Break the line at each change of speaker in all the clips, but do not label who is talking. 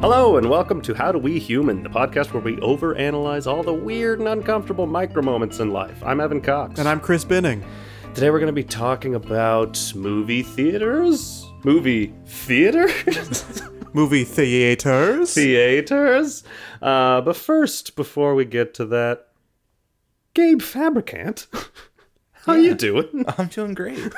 Hello, and welcome to How Do We Human, the podcast where we overanalyze all the weird and uncomfortable micro moments in life. I'm Evan Cox.
And I'm Chris Binning.
Today we're going to be talking about movie theaters? Movie theaters?
Movie theaters.
theaters? Uh, but first, before we get to that, Gabe Fabricant, how you doing?
I'm doing great.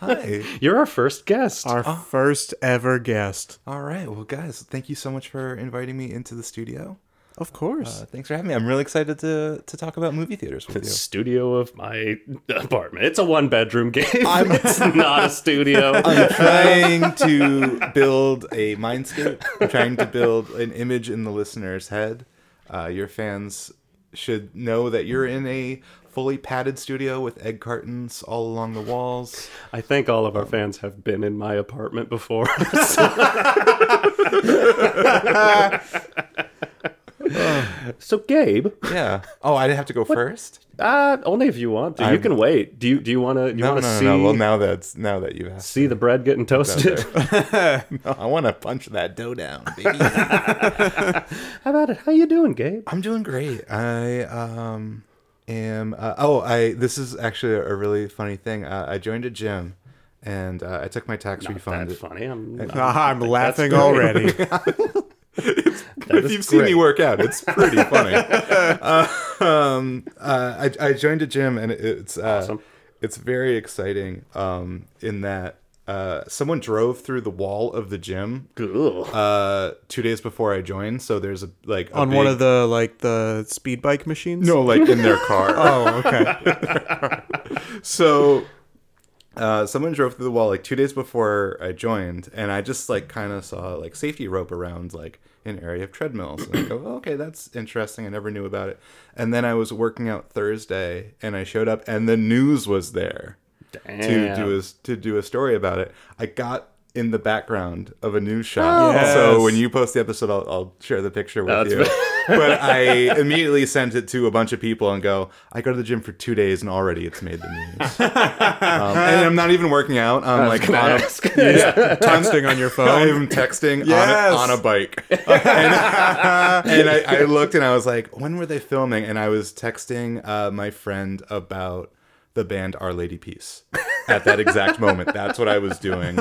Hi.
You're our first guest.
Our first ever guest.
All right. Well, guys, thank you so much for inviting me into the studio.
Of course.
Uh, thanks for having me. I'm really excited to to talk about movie theaters with you.
studio of my apartment. It's a one bedroom game. it's not a studio.
I'm trying to build a mindscape. I'm trying to build an image in the listener's head. Uh, your fans should know that you're in a fully padded studio with egg cartons all along the walls.
I think all of
Um,
our fans have been in my apartment before. so Gabe,
Yeah. Oh, I have to go first.
uh, only if you want to. you
I'm-
can wait. Do you do you want to? You
No,
want
no,
to
no,
see
no. Well, now that's now that you asked.
see the bread getting toasted?
No, I want to punch that dough down, baby.
How about it? How you doing, Gabe?
I'm doing great. I um am. Uh, oh, I this is actually a really funny thing. Uh, I joined a gym, and uh, I took my tax refund.
That's funny. I'm, I'm-
Ah, I'm laughing
great.
already.
that
if
is
you've seen me
great.
work out, it's pretty funny. Uh, um, uh, I, I joined a gym and it's uh,
Awesome.
it's very exciting. Um, in that uh, someone drove through the wall of the gym
Ugh.
uh, two days before I joined, so there's a like a
On one
big-
of the like the speed bike machines.
no like in their car.
Oh, okay.
so uh, someone drove through the wall like two days before I joined, and I just like kind of saw like safety rope around like an area of treadmills. And I go, "Oh, okay, that's interesting. I never knew about it. And then I was working out Thursday, and I showed up, and the news was there to
Damn.
do a to do a story about it. I got in the background of a news shot.
Oh.
So
Yes.
when you post the episode, I'll, I'll share the picture with
That's
you. but I immediately sent it to a bunch of people and go, I go to the gym for two days and already it's made the news. um, and I'm not even working out. I'm like
Can I
on a,
ask?
Texting on your phone.
I'm texting
Yes.
on, a, on a bike. and and I, I looked and I was like, when were they filming? And I was texting uh, my friend about the band Our Lady Peace at that exact moment. That's what I was doing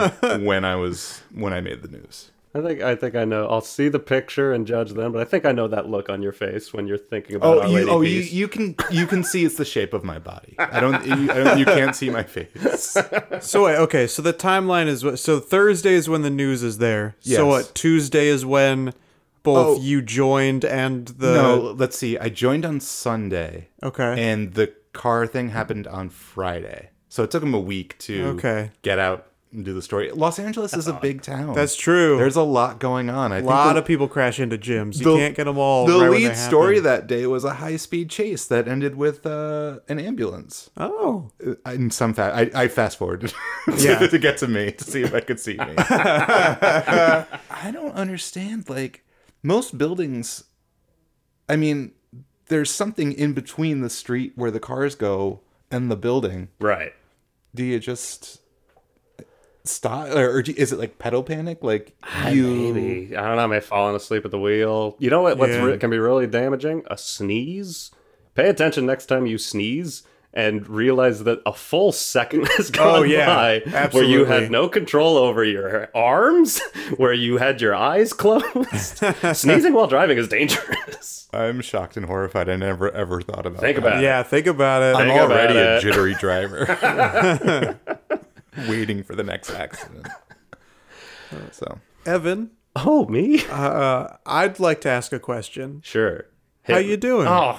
when I was when I made the news.
I think I think I know. I'll see the picture and judge then, but I think I know that look on your face when you're thinking about
Oh,
Our
you,
Lady
oh you,
Peace.
you can you can see it's the shape of my body. I don't you, I don't, you can't see my face.
So wait, okay. So the timeline is what- so Thursday is when the news is there.
Yes.
So what? Tuesday is when both
Oh.
you joined and the
No, let's see. I joined on Sunday.
Okay.
And the car thing happened on Friday. So it took them a week to
Okay.
get out and do the story. Los Angeles is a big town.
That's true.
There's a lot going on. I
a lot
think
of people crash into gyms. You can't get them all.
The
right when they
lead story
happen.
that day was a high speed chase that ended with uh, an ambulance.
Oh.
Uh, In some fact, I, I fast forwarded to,
Yeah.
to get to me to see if I could see me. I don't understand. Like most buildings, I mean, there's something in between the street where the cars go and the building.
right.
Do you just stop, or, or do- is it like pedal panic? Like you,
Ah, Maybe. I don't know. Am I falling asleep at the wheel? You know what? What's
Yeah.
re- can be really damaging? A sneeze. Pay attention next time you sneeze and realize that a full second has gone
Oh, yeah.
by where you
Absolutely.
had no control over your arms, where you had your eyes closed. Sneezing while driving is dangerous.
I'm shocked and horrified. I never ever thought about.
Think
that.
about it.
Yeah. Think about it.
I'm
Oh. Think about
already a
it.
jittery driver, waiting for the next accident. So
Evan,
Oh, me?
uh, I'd like to ask a question.
sure.
How
Hit-
you doing?
Oh,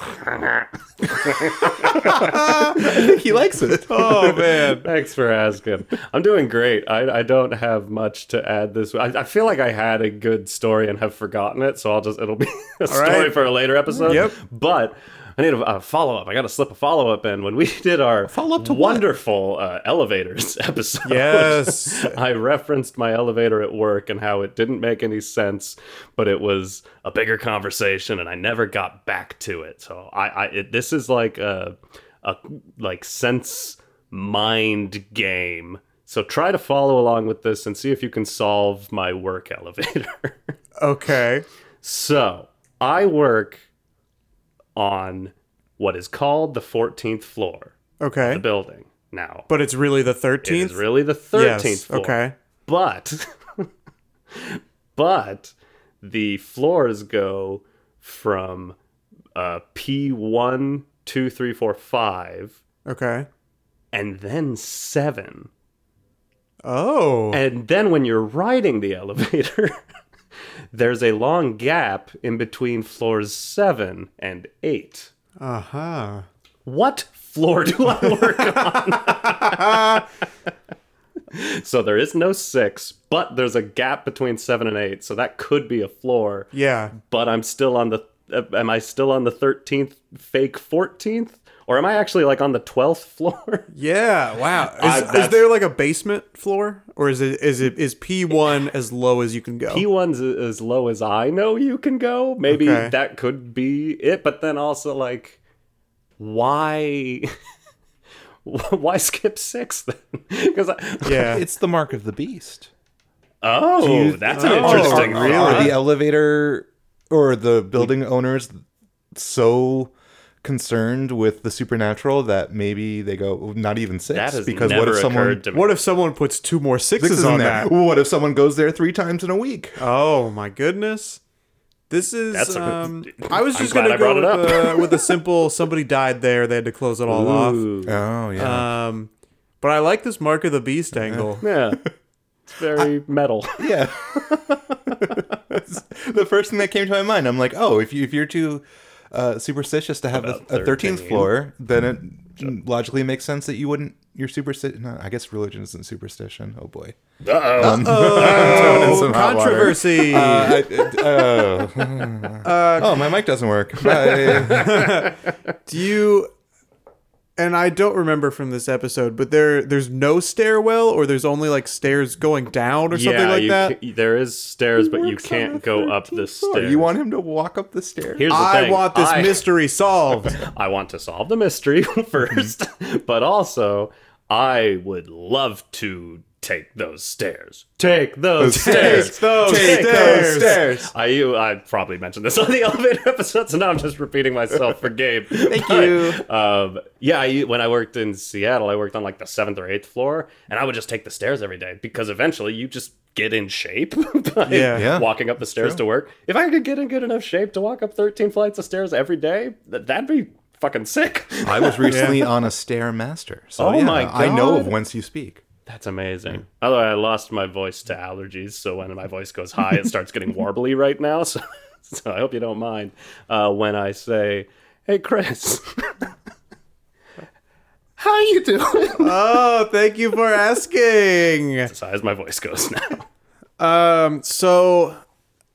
he likes it.
Oh, man.
Thanks for asking. I'm doing great. I, I don't have much to add this. I, I feel like I had a good story and have forgotten it, so I'll just it'll be a story
right.
for a later episode.
Yep.
But I need a, a follow up. I got to slip a follow up in. When we did our follow
follow-up to what?
wonderful uh, elevators episode,
Yes.
I referenced my elevator at work and how it didn't make any sense, but it was a bigger conversation, and I never got back to it. So I, I it, this is like a, a like sense mind game. So try to follow along with this and see if you can solve my work elevator.
okay.
So I work on what is called the 14th floor,
Okay.
the building. Now,
But it's really the
it is
13th?
really the 13th
Yes,
floor.
Okay.
But, but the floors go from uh, P1, 2, 3, 4, 5,
Okay.
and then 7.
Oh.
And then when you're riding the elevator, there's a long gap in between floors seven and eight.
Uh huh.
What floor do I work on? so there is no six, but there's a gap between seven and eight. So that could be a floor,
Yeah.
but I'm still on the. uh, Am I still on the 13th fake 14th? Or am I actually like on the 12th floor?
Yeah. Wow. Is,
I-
is
that's-
there like a basement floor, or is it is it is P one as low as you can go?
Oh.
P1's a- as low as I know you can go. Maybe
Okay.
that could be it, but then also like why why skip 6 then? Cuz
yeah.
It's the mark of the beast.
Oh, that's an
Oh,
interesting
really?
Are
thought.
the elevator or the building owners so concerned with the supernatural that maybe they go not even six
That has
because
never
what if someone
occurred to me.
what if someone puts two more sixes,
six is
on
in there?
that?
What if someone goes there three times in a week?
Oh my goodness. This is.
That's a-
um, I was
I'm
just
glad
gonna
I
go
brought
with,
it
uh, with a simple. Somebody died there. They had to close it all
Ooh,
Oh yeah.
off. Um, but I like this mark of the beast angle.
yeah. It's very metal.
Yeah. the first thing that came to my mind, I'm like, oh, if you if you're too uh, superstitious to have a,
About
a 13th
13.
floor, then it logically makes sense that you wouldn't. You're superstitious. No, I guess religion isn't superstition. Oh boy. Um,
Uh-oh.
Throwing in
Oh,
some hot water.
controversy.
Uh, I- uh, oh, my mic doesn't work. Bye.
Do you and I don't remember from this episode, but there there's no stairwell or there's only like stairs going down or something
yeah,
like
you
that.
ca- there is stairs but you
Works on
can't
the
go up the
13th floor.
stairs.
oh, You want him to walk up the stairs?
Here's the
I
thing,
want this
I-
mystery solved.
I want to solve the mystery first, but also I would love to take those stairs. Take those stairs.
Take those
Take
stairs.
those
stairs.
I you I probably mentioned this on the elevator episode, so now I'm just repeating myself for Gabe. Thank
you.
Um, yeah, I, when I worked in Seattle, I worked on like the seventh or eighth floor, and I would just take the stairs every day because eventually you just get in shape by
Yeah.
Yeah.
walking up the stairs to work. If I could get in good enough shape to walk up 13 flights of stairs every day, th- that'd be fucking sick.
I was recently on a stair master. So
Oh
yeah,
my
I know of
God.
whence you speak.
That's amazing. Otherwise, I lost my voice to allergies, so when my voice goes high, it starts getting warbly right now. So, so I hope you don't mind uh, when I say, "Hey, Chris, how you doing?"
oh, thank you for asking.
That's as my voice goes now.
Um so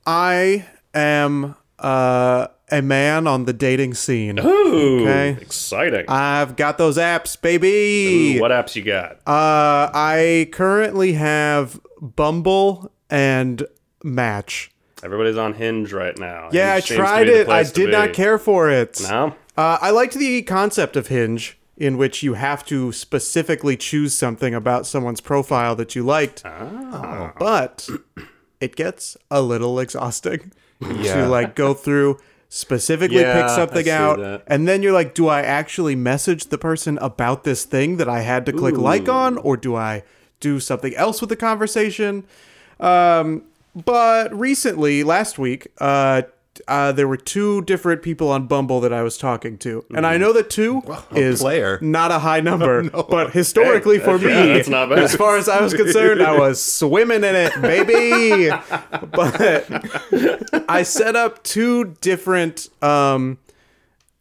I am uh a man on the dating scene.
Ooh,
Okay.
exciting!
I've got those apps, baby.
Ooh, what apps you got?
Uh, I currently have Bumble and Match. Everybody's
Everybody's on Hinge right now. Hinge
Yeah, I
seems to
tried
be the
it. I
place to
did not
be.
care for it.
No,
Uh, I liked the concept of Hinge, in which you have to specifically choose something about someone's profile that you liked.
Ah.
But it gets a little exhausting
Yeah.
to like go through, specifically
Yeah,
pick
I
something
see
out,
that.
and then you're like, do I actually message the person about this thing that I had to click like on, or do I do something else with the conversation? Um, but recently, last week, uh, uh, there were two different people on Bumble that I was talking to, and
Mm.
I know that two is
player.
not a high number, but historically for me,
yeah, that's not bad.
as far as I was concerned, I was swimming in it, baby. but I set up two different um,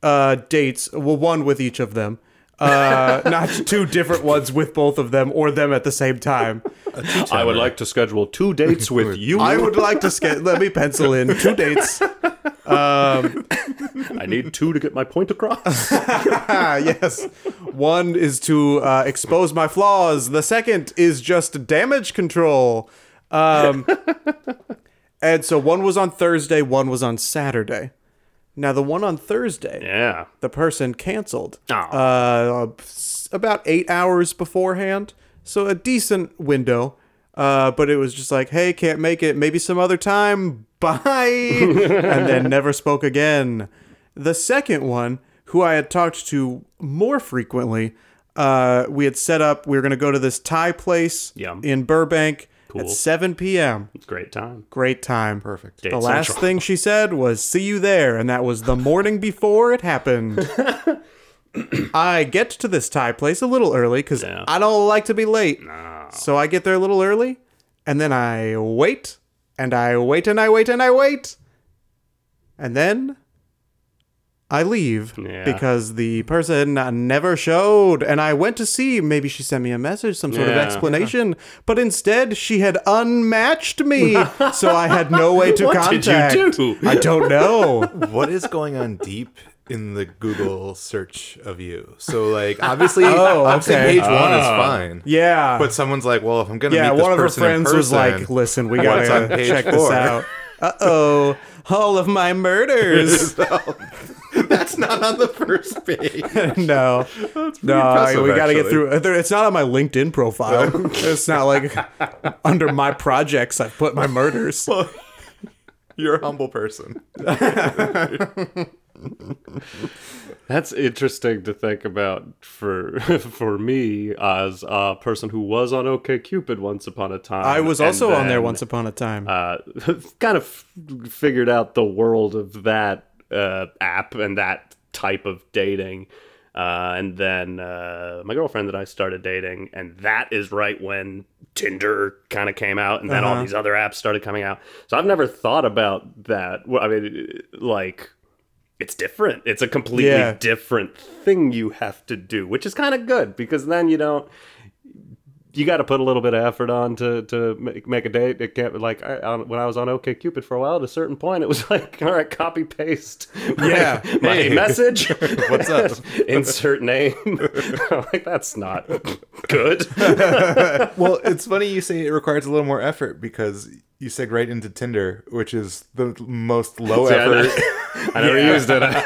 uh, dates. Well, one with each of them. Uh, not two different ones with both of them or them at the same time.
I would like to schedule two dates with you.
I would like to sk- let me pencil in two dates.
I need two to get my point across.
Ah, yes. One is to uh, expose my flaws. The second is just damage control. Um, and so one was on Thursday, one was on Saturday. Now the one on Thursday,
yeah.
the person canceled
Aw.
uh, s- about eight hours beforehand, so a decent window. Uh, but it was just like, hey, can't make it. Maybe some other time. Bye. and then never spoke again. The second one, who I had talked to more frequently, uh, we had set up, we were going to go to this Thai place
Yum.
in Burbank
Cool.
at 7 p.m.
It's a great time.
Great time.
Perfect.
The
Date
last
Central.
thing she said was, see you there. And that was the morning before it happened. I get to this Thai place a little early because
Yeah.
I don't like to be late. So I get there a little early and then I wait and I wait and I wait and I wait. And then I leave
Yeah.
because the person never showed. And I went to see, maybe she sent me a message, some sort of
Yeah.
explanation. But instead, she had unmatched me. so I had no way to
What did you
contact.
do?
I don't know.
what is going on deep in the Google search of you? So like obviously,
Oh,
obviously
okay.
page one is fine.
yeah.
But someone's like, well, if I'm gonna
yeah,
meet this
one of her
person in
friends was
person-
like, listen, we
What's
gotta
on page
check this
four?"
out. Uh oh. All of my murders.
that's not on the first page.
no, no,
impressive,
we got to get
actually.
through. there- It's not on my LinkedIn profile. it's not like under my projects I put my murders.
You're a humble person.
That's interesting to think about for for me as a person who was on OKCupid once upon a time.
I was
and
also on there
then,
once upon a time.
Uh, kind of figured out the world of that uh, app and that type of dating. Uh, and then uh, my girlfriend that I started dating, and that is right when Tinder kind of came out, and then all these other apps started coming out. So I've never thought about that. Well, I mean, like it's different. It's a completely
Yeah.
different thing you have to do, which is kind of good because then you don't. You got to put a little bit of effort on to to make, make a date. It can't like I, I, when I was on OKCupid for a while. At a certain point, it was like, all right, copy paste. my-
Yeah.
my
Hey.
message.
What's up?
Insert name. like that's not good.
well, it's funny you say it requires a little more effort because you seg right into Tinder, which is the most low
See, I
effort.
know- I never used it.
yeah,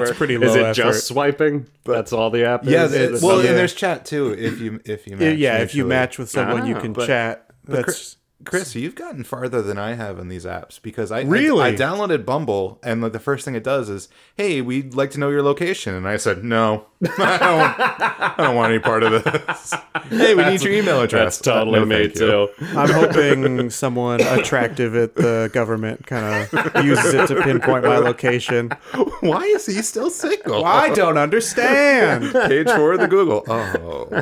it's pretty low
Is it
effort.
just swiping? That's all the app is.
Yeah,
That's
well,
all-
and there's chat too. If you if you
yeah,
match
if you
mutually.
match with someone, you
Ah,
can
but-
chat. That's
Chris, you've gotten farther than I have on these apps because I I-
Really?
I, downloaded Bumble and like, the first thing it does is, hey, we'd like to know your location, and I said no, I don't, I don't want any part of this. hey, we need your email address.
that's totally
No,
me
thank you.
too.
I'm hoping someone attractive at the government kind of uses it to pinpoint my location.
Why is he still single?
I don't understand.
Page four of the Google. Oh,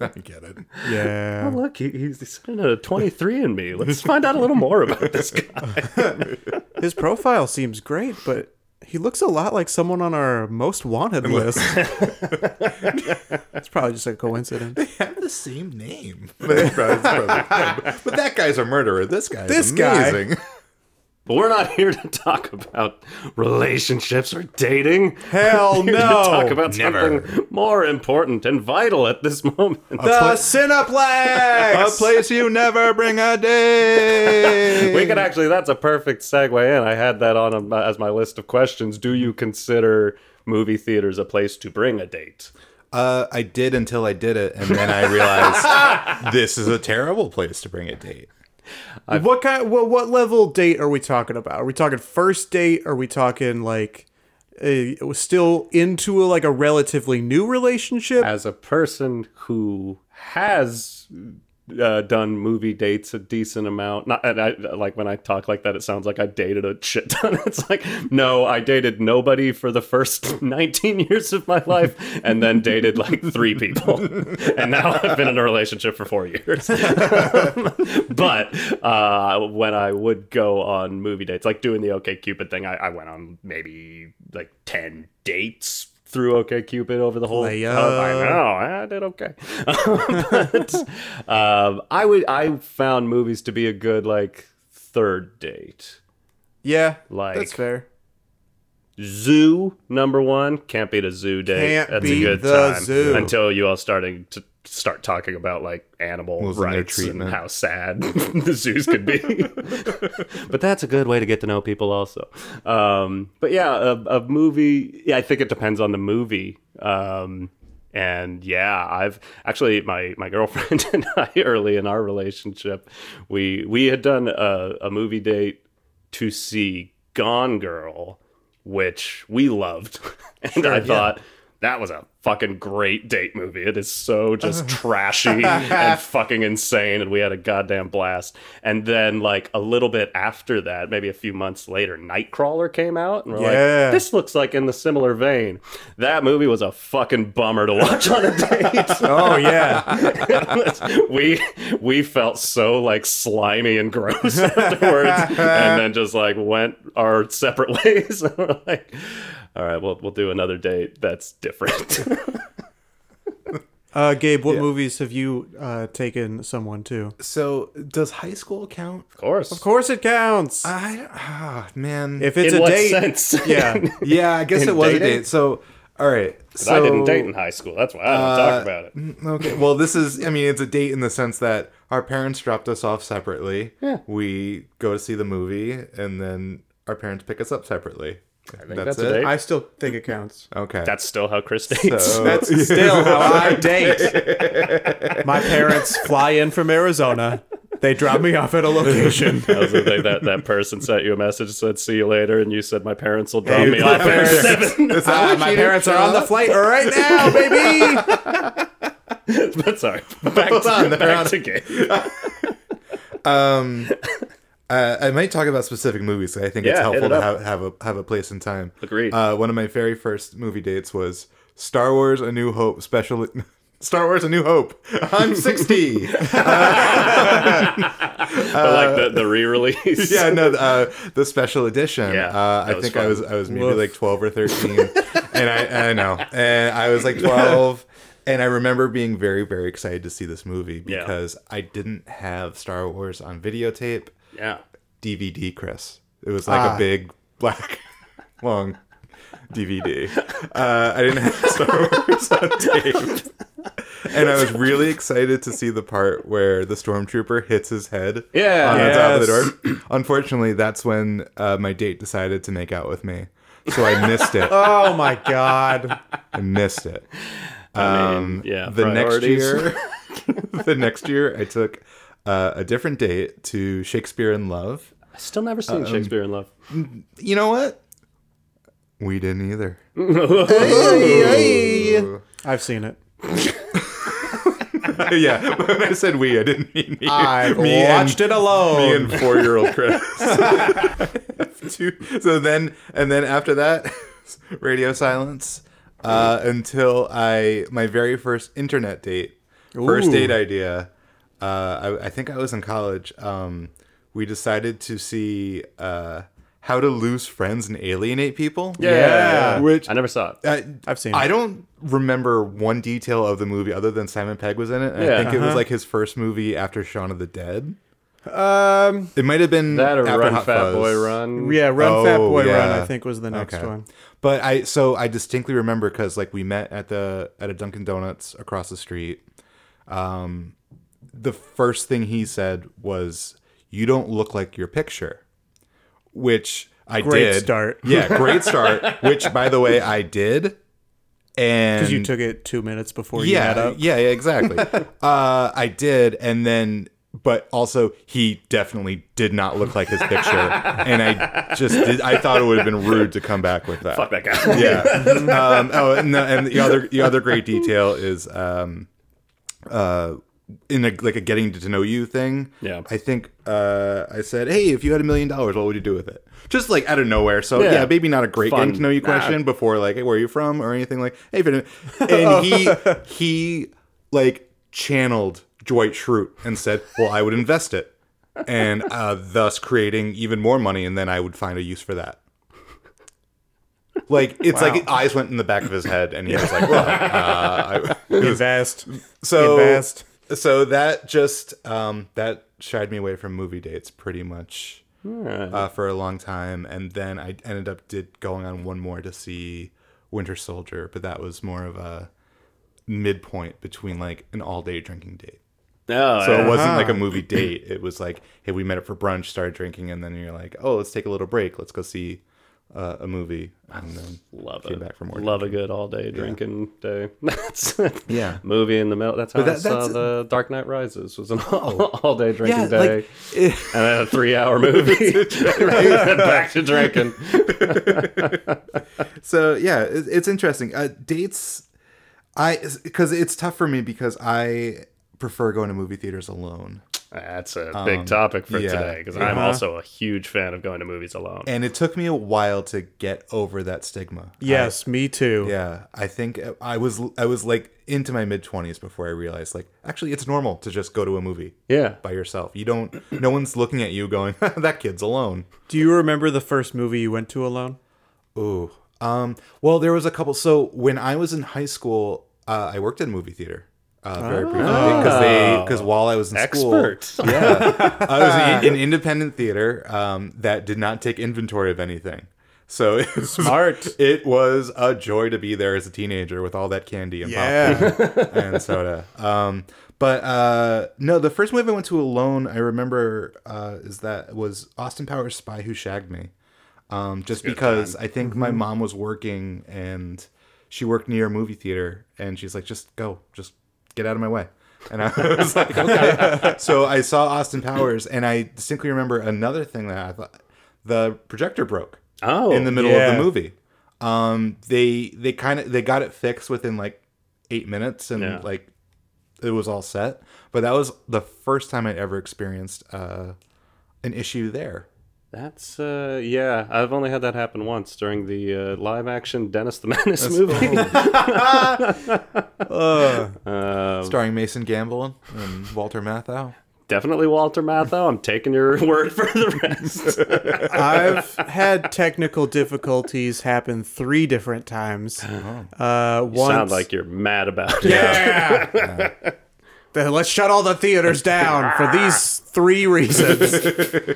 I get it.
Yeah.
Look, he, he's kind of 23 in me. Let's find out a little more about this guy.
His profile seems great, but he looks a lot like someone on our most wanted list. it's probably just a coincidence.
They have the same name. That's probably- that's probably- but that guy's a murderer. This guy.
This
This
guy.
amazing.
But we're not here to talk about relationships or dating.
Hell
We're here to talk
no.
about something more important and vital at this moment.
The
A
Cineplex.
place you never bring a day.
we could actually, that's a perfect segue in. I had that on um, as my list of questions. Do you consider movie theaters a place to bring a date?
Uh, I did until I did it, and then I realized this is a terrible place to bring a date.
What kind? What, what level date are we talking about? Are we talking first date? Are we talking like a, still into a, like a relatively new relationship?
as a person who has uh, done movie dates a decent amount. Not and I like when I talk like that, it sounds like I dated a shit ton. It's like no, I dated nobody for the first 19 years of my life, and then dated like three people, and now I've been in a relationship for four years. but uh, when I would go on movie dates, like doing the OK Cupid thing, I, I went on maybe like 10 dates through OK Cupid over the whole.
Layup.
I know I did okay. but um, I would I found movies to be a good like third date.
yeah,
Like-
that's fair.
Zoo number one can't beat a zoo date.
Can't
That's
beat
a good
the
time
zoo.
until you all starting to start talking about like animal
Well, it's in their
rights and
treatment.
how sad the zoos could be. but that's a good way to get to know people also. Um, but yeah, a, a movie. Yeah, I think it depends on the movie. Um, And yeah, I've actually my my girlfriend and I early in our relationship, we we had done a, a movie date to see Gone Girl, which we loved, and I thought that was a fucking great date movie. It is so just trashy and fucking insane, and we had a goddamn blast. And then like a little bit after that, maybe a few months later, Nightcrawler came out, and we're
Yeah.
like, this looks like in the similar vein. That movie was a fucking bummer to watch on a date.
Oh yeah.
we we felt so like slimy and gross afterwards, and then just like went our separate ways. and we're like, all right, well we'll do another date that's different.
Uh, Gabe, what movies have you uh, taken someone to? Of
So does high school count?
of course, of
course, it counts.
I ah man.
if it's
In
a
what
date,
sense?
yeah.
yeah, I guess
In
it was
dating?
a date. So all right. So mm,
I didn't date in high school. That's why I don't talk about it.
Okay. Well, this is. I mean, it's a date in the sense that our parents dropped us off separately.
Yeah.
We go to see the movie, and then our parents pick us up separately. I think
that's a date.
I still think it counts.
Okay.
That's still how Chris dates.
So-
That's still how I date. My parents fly in from Arizona. They drop me off at a location.
I was thinking that that person sent you a message said see you later, and you said my parents will drop me
my
off at
parents-
seven.
Is that
Ah,
what
my
you did?
parents are on the flight right now, baby.
That's all right. Back,
Hold
to,
on, they're
back
on.
to game.
Uh, I might talk about specific movies. 'cause I think it's
Yeah, hit
helpful
it
to
up.
have, have a have a place in time.
Agreed.
Uh, one of my very first movie dates was Star Wars: A New Hope special. E-, Star Wars: A New Hope. I'm 60.
but like the, the re-release.
yeah, no, uh, the special edition.
Yeah,
uh,
that
I
was
think I
fun.
was I was maybe
Woof.
like twelve or thirteen, and I I know, and I was like twelve, and I remember being very very excited to see this movie
Yeah.
because I didn't have Star Wars on videotape,
yeah.
DVD, Chris. It was like
Ah.
a big black long DVD. Uh, I didn't have Star Wars on tape. And I was really excited to see the part where the stormtrooper hits his head
Yeah.
on the
Yes.
top of the door. Unfortunately, that's when uh, my date decided to make out with me. So I missed it.
Oh my god.
I missed it.
I mean,
Um,
yeah.
the next
priorities.
year, the next year, I took uh, a different date to Shakespeare in Love.
I still never seen Shakespeare in Love.
You know what? We didn't either.
I've seen it.
yeah, when I said we, I didn't mean me.
I've
me
watched it alone.
Me and four-year-old Chris. Two- so then, and then after that, radio silence uh, until I my very first internet date, first
Ooh.
date idea. Uh, I, I think I was in college. Um, we decided to see uh, how to lose friends and alienate people.
Yeah.
which
I never saw it.
I,
I've seen
I
it.
don't remember one detail of the movie other than Simon Pegg was in it. and I
Yeah.
think
Uh-huh.
it was like his first movie after Shaun of the Dead.
Um,
It might have been
That or
after
Run
Hot
Fat
Fuzz.
Boy Run.
yeah, Run Fat
Oh,
Boy Run.
yeah.
I think was the next
Okay.
one.
But I so I distinctly remember because like we met at the at a Dunkin' Donuts across the street. Um, the first thing he said was, "You don't look like your picture," which I
Great
did.
start.
Yeah, great start. which by the way, I did. And
You took it two minutes before you
yeah,
had up.
Yeah, yeah, exactly. uh, I did, and then, but also, he definitely did not look like his picture, and I just, did, I thought it would have been rude to come back with that.
Fuck that guy.
Yeah. um, oh, and the, and the other, the other great detail is, um, uh, in a, like a getting to know you thing.
Yeah.
I think uh, I said, "Hey, if you had a million dollars, what would you do with it?" Just like out of nowhere. So
Yeah.
yeah, maybe not a great
Fun.
getting to know you
Nah.
question before like, "Hey, where are you from?" or anything like. Hey, if it- and he he like channeled Dwight Schrute and said, "Well, I would invest it." And uh, thus creating even more money, and then I would find a use for that. Like it's like eyes went in the back of his head, and he was like, "Well, uh, I,
Invest.
so
Invest.
so that just um, that shied me away from movie dates pretty much uh, for a long time, and then I ended up did going on one more to see Winter Soldier, but that was more of a midpoint between like an all day drinking date.
No,
So
I-
it wasn't like a
Uh-huh.
movie date. It was like, hey, we met up for brunch, started drinking, and then you're like, oh, let's take a little break. Let's go see uh, a movie. I don't know.
Love
Came
it.
back from work.
Love a good all day drinking day. That's
Yeah.
Movie in the middle. That's how
that-
I saw
that's- Oh.
the Dark Knight Rises was an all, all day drinking
Yeah,
day,
like, it-
and then a three hour movie. back to drinking.
so yeah, it, it's interesting. Uh, dates, I because it's tough for me because I prefer going to movie theaters alone.
That's a big topic for
Um, yeah. Uh-huh.
today because I'm also a huge fan of going to movies alone.
And it took me a while to get over that stigma.
Yes, me too.
Yeah, I think I was I was like into my mid 20s before I realized like actually it's normal to just go to a movie
yeah,
by yourself. You don't no one's looking at you going that kid's alone.
Do you remember the first movie you went to alone?
Ooh. Um well there was a couple so when I was in high school uh, I worked in a movie theater. Uh, very briefly because they because while I was in
Ah. expert.
school yeah I was in an independent theater um, that did not take inventory of anything so it was,
Smart.
it was a joy to be there as a teenager with all that candy and
Yeah.
popcorn and soda. Um, but uh, no, the first movie I went to alone, I remember, uh, is that was Austin Powers' "Spy Who Shagged Me," um, just because I think my mom was working and she worked near a movie theater, and she's like, "Just go, just get out of my way." And I was like, okay. so I saw Austin Powers, and I distinctly remember another thing that I thought the projector broke
Oh,
in the middle of
yeah.
the movie. Um, they they kind of they got it fixed within like eight minutes, and
Yeah.
like it was all set. But that was the first time I'd ever experienced uh, an issue there.
That's uh, yeah. I've only had that happen once during the uh, live action Dennis the Menace movie. Uh,
Starring Mason Gamble and Walter Matthau.
definitely Walter Matthau. I'm taking your word for the rest.
I've had technical difficulties happen three different times. Uh, once,
Oh. Sound like you're mad about it.
yeah. Then Let's shut all the theaters down for these three reasons.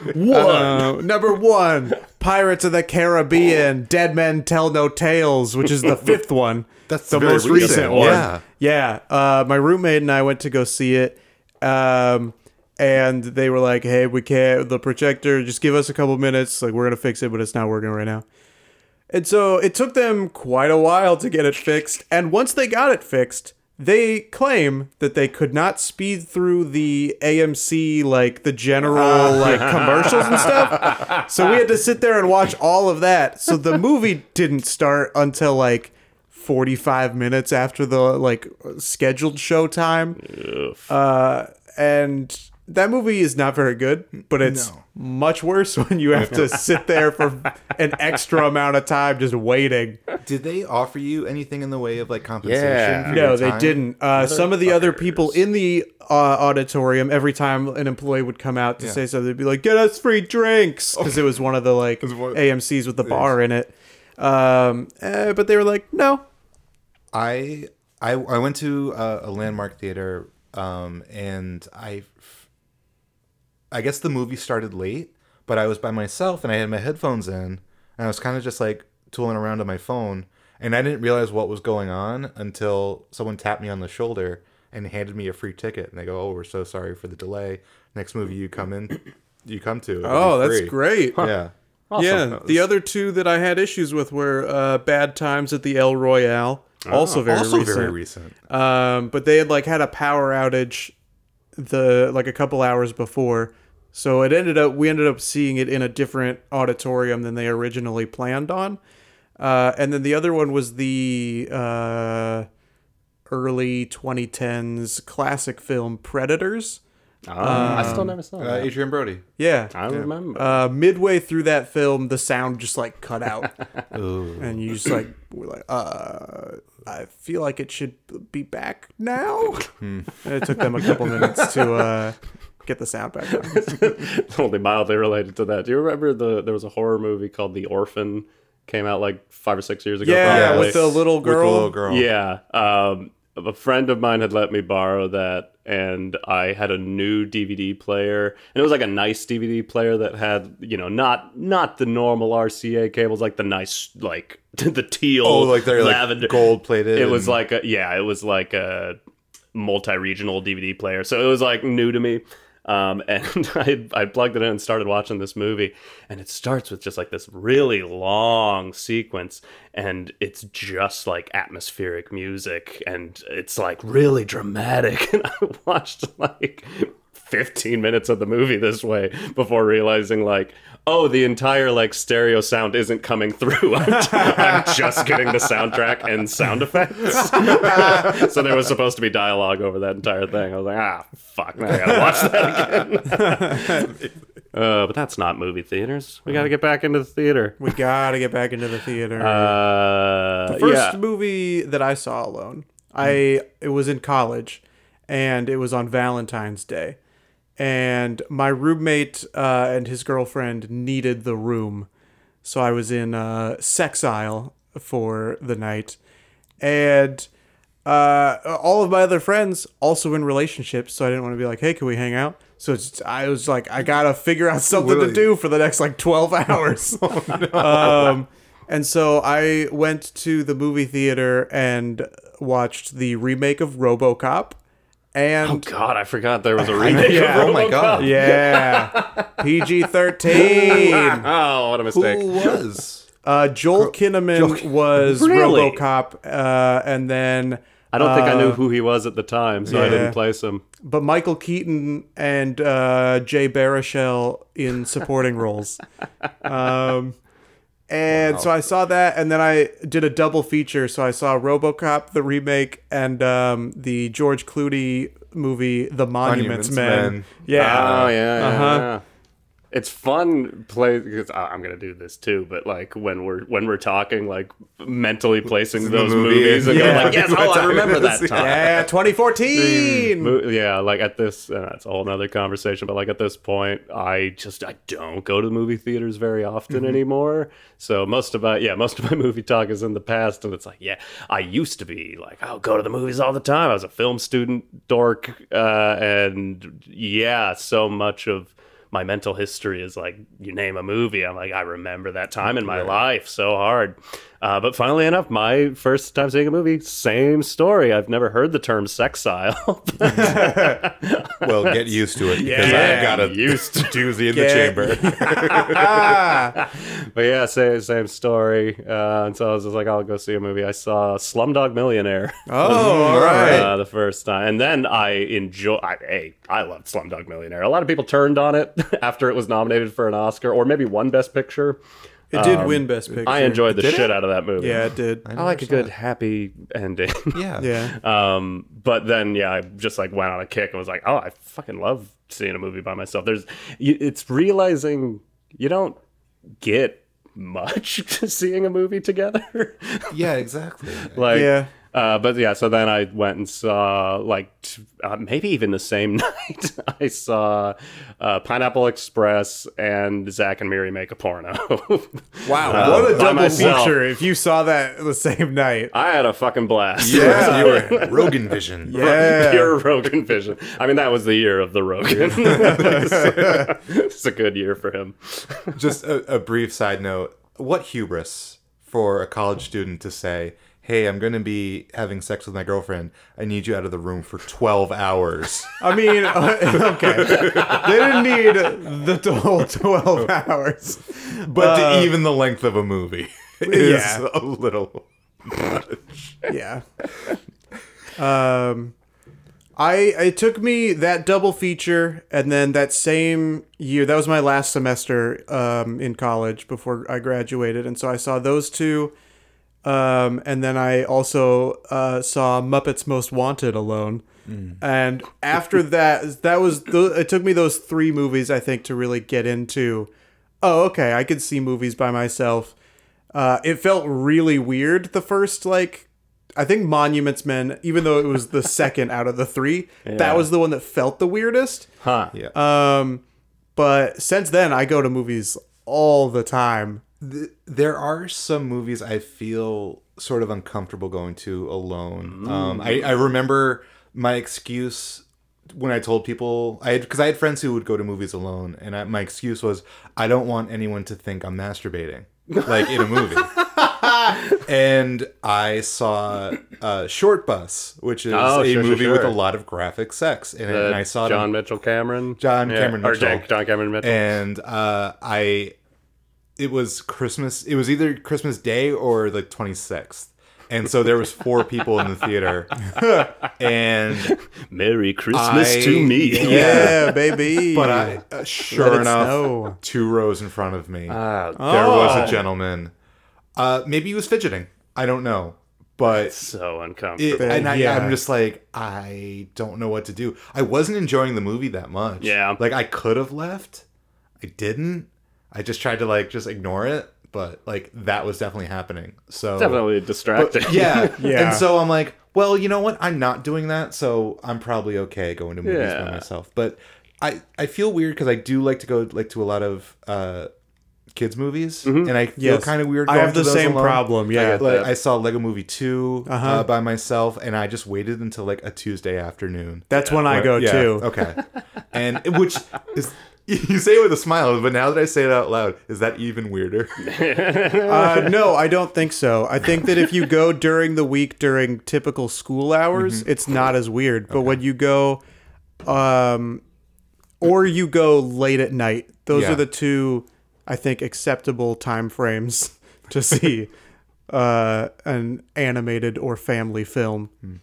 one, number one, Pirates of the Caribbean, Dead Men Tell No Tales, which is the fifth one.
That's
the
very
most
recent,
recent, one.
yeah.
Yeah. Uh, my roommate and I went to go see it. Um, and they were like, hey, we can't, the projector, just give us a couple minutes. Like, we're going to fix it, but it's not working right now. And so it took them quite a while to get it fixed. And once they got it fixed, they claim that they could not speed through the AMC, like the general like commercials and stuff. So we had to sit there and watch all of that. So the movie didn't start until like 45 minutes after the like scheduled show time. Uh, and that movie is not very good, but it's much worse when you have to sit there for an extra amount of time just waiting.
Did they offer you anything in the way of like compensation?
Yeah.
for
No,
your
they
time?
didn't. Uh, some of the other people in the uh, auditorium, every time an employee would come out to say something, they'd be like, "Get us free drinks," because it was one of the like
Oh. one-
AMC's with the bar in it. Um, eh, but they were like, "No,
I I I went to uh, a landmark theater, um, and I I guess the movie started late, but I was by myself and I had my headphones in, and I was kind of just like tooling around on my phone, and I didn't realize what was going on until someone tapped me on the shoulder and handed me a free ticket, and they go, "Oh, we're so sorry for the delay. Next movie you come in, you come to. it'll be
oh, that's
free."
great."
Yeah.
Yeah, the other two that I had issues with were uh, Bad Times at the El Royale, also very
Ah, also
recent.
very recent.
Um, but they had like had a power outage the like a couple hours before. So it ended up we ended up seeing it in a different auditorium than they originally planned on. Uh, and then the other one was the uh, early 2010s classic film Predators.
Um, I still never
Oh,
saw
Uh,
that.
Adrian Brody.
Yeah.
I remember.
Uh, midway through that film, the sound just like cut out, and you just like were like, uh, I feel like it should be back now. And it took them a couple minutes to uh, get the sound back. On.
only mildly related to that. Do you remember the there was a horror movie called The Orphan? Came out like five or six years ago.
Yeah,
probably.
with the little
With the
girl.
little girl.
Yeah. Um, a friend of mine had let me borrow that, and I had a new DVD player, and it was like a nice DVD player that had, you know, not not the normal RCA cables, like the nice, like the teal,
Oh, like they're
lavender
like gold plated.
It was like, a, yeah, it was like a multi-regional DVD player, so it was like new to me. Um, and I, I plugged it in and started watching this movie, and it starts with just like this really long sequence, and it's just like atmospheric music, and it's like really dramatic. And I watched like 15 minutes of the movie this way before realizing like oh the entire like stereo sound isn't coming through i'm, I'm just getting the soundtrack and sound effects so there was supposed to be dialogue over that entire thing i was like ah fuck now i gotta watch that again uh, but that's not movie theaters we gotta get back into the theater
We gotta get back into the theater.
uh,
the first
yeah.
movie that I saw alone, I it was in college, and it was on Valentine's Day, and my roommate uh, and his girlfriend needed the room, so I was in uh, Sexile for the night, and uh, all of my other friends also in relationships, so I didn't want to be like, hey, can we hang out? So it's, I was like, I gotta figure out something to
Really?
do for the next like twelve hours. um, and so I went to the movie theater and watched the remake of RoboCop, and
god i forgot there was a remake
Yeah. Oh my god.
yeah, PG thirteen.
oh what a
Who
mistake
was?
Uh, Joel Kinnaman was
Really?
RoboCop, uh, and then
i don't think i knew who he was at the time so i
uh, yeah.
didn't place him
but Michael Keaton and uh, Jay Baruchel in supporting roles. Um, and so I saw that, and then I did a double feature. So I saw RoboCop the remake and um, the George Clooney movie, The Monuments,
Monuments
Men.
Men.
Yeah,
Oh yeah, yeah,
Uh-huh.
yeah. It's fun play because I- I'm gonna do this too. But like when we're when we're talking, like mentally placing those
movie.
movies and
Yeah.
going like, yes, oh, I remember that time.
yeah, 2014.
Mo- yeah like at this uh, that's a whole another conversation but like at this point i just i don't go to movie theaters very often anymore so most of my yeah most of my movie talk is in the past and it's like yeah i used to be like i'll go to the movies all the time i was a film student dork uh, and yeah so much of my mental history is like you name a movie i'm like i remember that time in my life so hard uh, but funnily enough my first time seeing a movie same story i've never heard the term sexile
Well, get used to it because
Yeah.
I got a
Used to
doozy in
Get-
the chamber.
Ah.
but yeah same, same story uh, and so i was just like i'll go see a movie i saw slumdog millionaire
Oh, all right.
uh, the first time and then i enjoy I, hey i loved slumdog millionaire a lot of people turned on it after it was nominated for an oscar or maybe one best picture
It did win Best Picture.
Um, i enjoyed the
Did it?
shit out of that movie
Yeah, it did. Oh,
i like a good happy ending
yeah.
Yeah.
um but then yeah i just like went on a kick and was like oh i fucking love seeing a movie by myself there's you, it's realizing you don't get much to seeing a movie together
Yeah, exactly.
like
Yeah.
uh, but yeah, so then I went and saw like t- uh, maybe even the same night I saw uh, Pineapple Express and Zach and Miri make a porno.
Wow,
Uh,
what a
by
double
myself.
feature! If you saw that the same night,
I had a fucking blast.
Yeah, you were Rogan Vision.
yeah,
pure Rogan vision. I mean, that was the year of the Rogan. it's a good year for him.
Just a, a brief side note. What hubris for a college student to say, hey, I'm going to be having sex with my girlfriend. I need you out of the room for 12 hours.
I mean, uh, okay. They didn't need the t- whole 12 hours.
But to even the length of a movie is
yeah.
a little.
Yeah. Um, I it took me that double feature and then that same year that was my last semester um, in college before I graduated and so I saw those two um, and then I also uh, saw Muppets Most Wanted alone
Mm.
and after that that was the, it took me those three movies I think to really get into oh okay I could see movies by myself uh, it felt really weird the first like I think Monuments Men, even though it was the second out of the three, that was the one that felt the weirdest.
Huh.
Yeah.
Um, but since then, I go to movies all the time.
Th- there are some movies I feel sort of uncomfortable going to
Mm.
alone. Um, I, I remember my excuse when I told people I because I had friends who would go to movies alone, and I, my excuse was I don't want anyone to think I'm masturbating like in a movie. and I saw uh, Short Bus, which is
Oh, sure,
a
sure,
movie with
sure.
a lot of graphic sex in it. and I saw it
John
on-
Mitchell Cameron.
John Cameron
Or
Mitchell.
Jack- John Cameron Mitchell.
and uh, I it was Christmas. It was either Christmas Day or the twenty sixth. And so there was four people in the theater, and
Merry Christmas
I-
to me.
yeah, baby.
but I, uh, sure
it
enough,
snow. Uh, oh.
two rows in front of me,
Ah,
there was a gentleman. Uh, maybe he was fidgeting. I don't know, but
so
it,
uncomfortable.
and I,
yeah.
I'm just like, I don't know what to do. I wasn't enjoying the movie that much.
Yeah.
Like I could have left. I didn't. I just tried to like just ignore it, but like that was definitely happening. So
Definitely distracting.
yeah.
Yeah.
And so I'm like, well, you know what? I'm not doing that, so I'm probably okay going to movies
Yeah.
by myself. But I I feel weird because I do like to go like to a lot of uh kids movies,
Mm-hmm.
and I feel
Yes.
kind of weird.
I
Going
have
to
the
those
same
alone.
problem, yeah. Uh-huh. I get
like
that.
I saw Lego Movie 2 uh by myself, and I just waited until like a Tuesday afternoon.
That's when I go
Yeah,
too.
Okay, and which is. You say it with a smile, but now that I say it out loud, is that even weirder?
Uh, no, I don't think so. I think that if you go during the week during typical school hours,
Mm-hmm.
it's not as weird. But when you go, um, or you go late at night, those
Yeah.
are the two, I think, acceptable time frames to see uh, an animated or family film.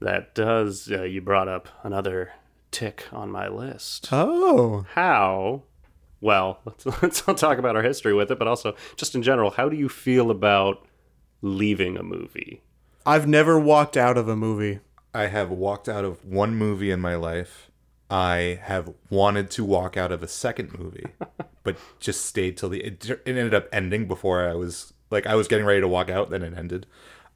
That does. Uh, you brought up another tick on my list.
Oh,
How? Well, let's let's not talk about our history with it, but also just in general, how do you feel about leaving a movie?
I've never walked out of a movie.
I have walked out of one movie in my life. I have wanted to walk out of a second movie, but just stayed till the it, it ended up ending before I was like I was getting ready to walk out, then it ended.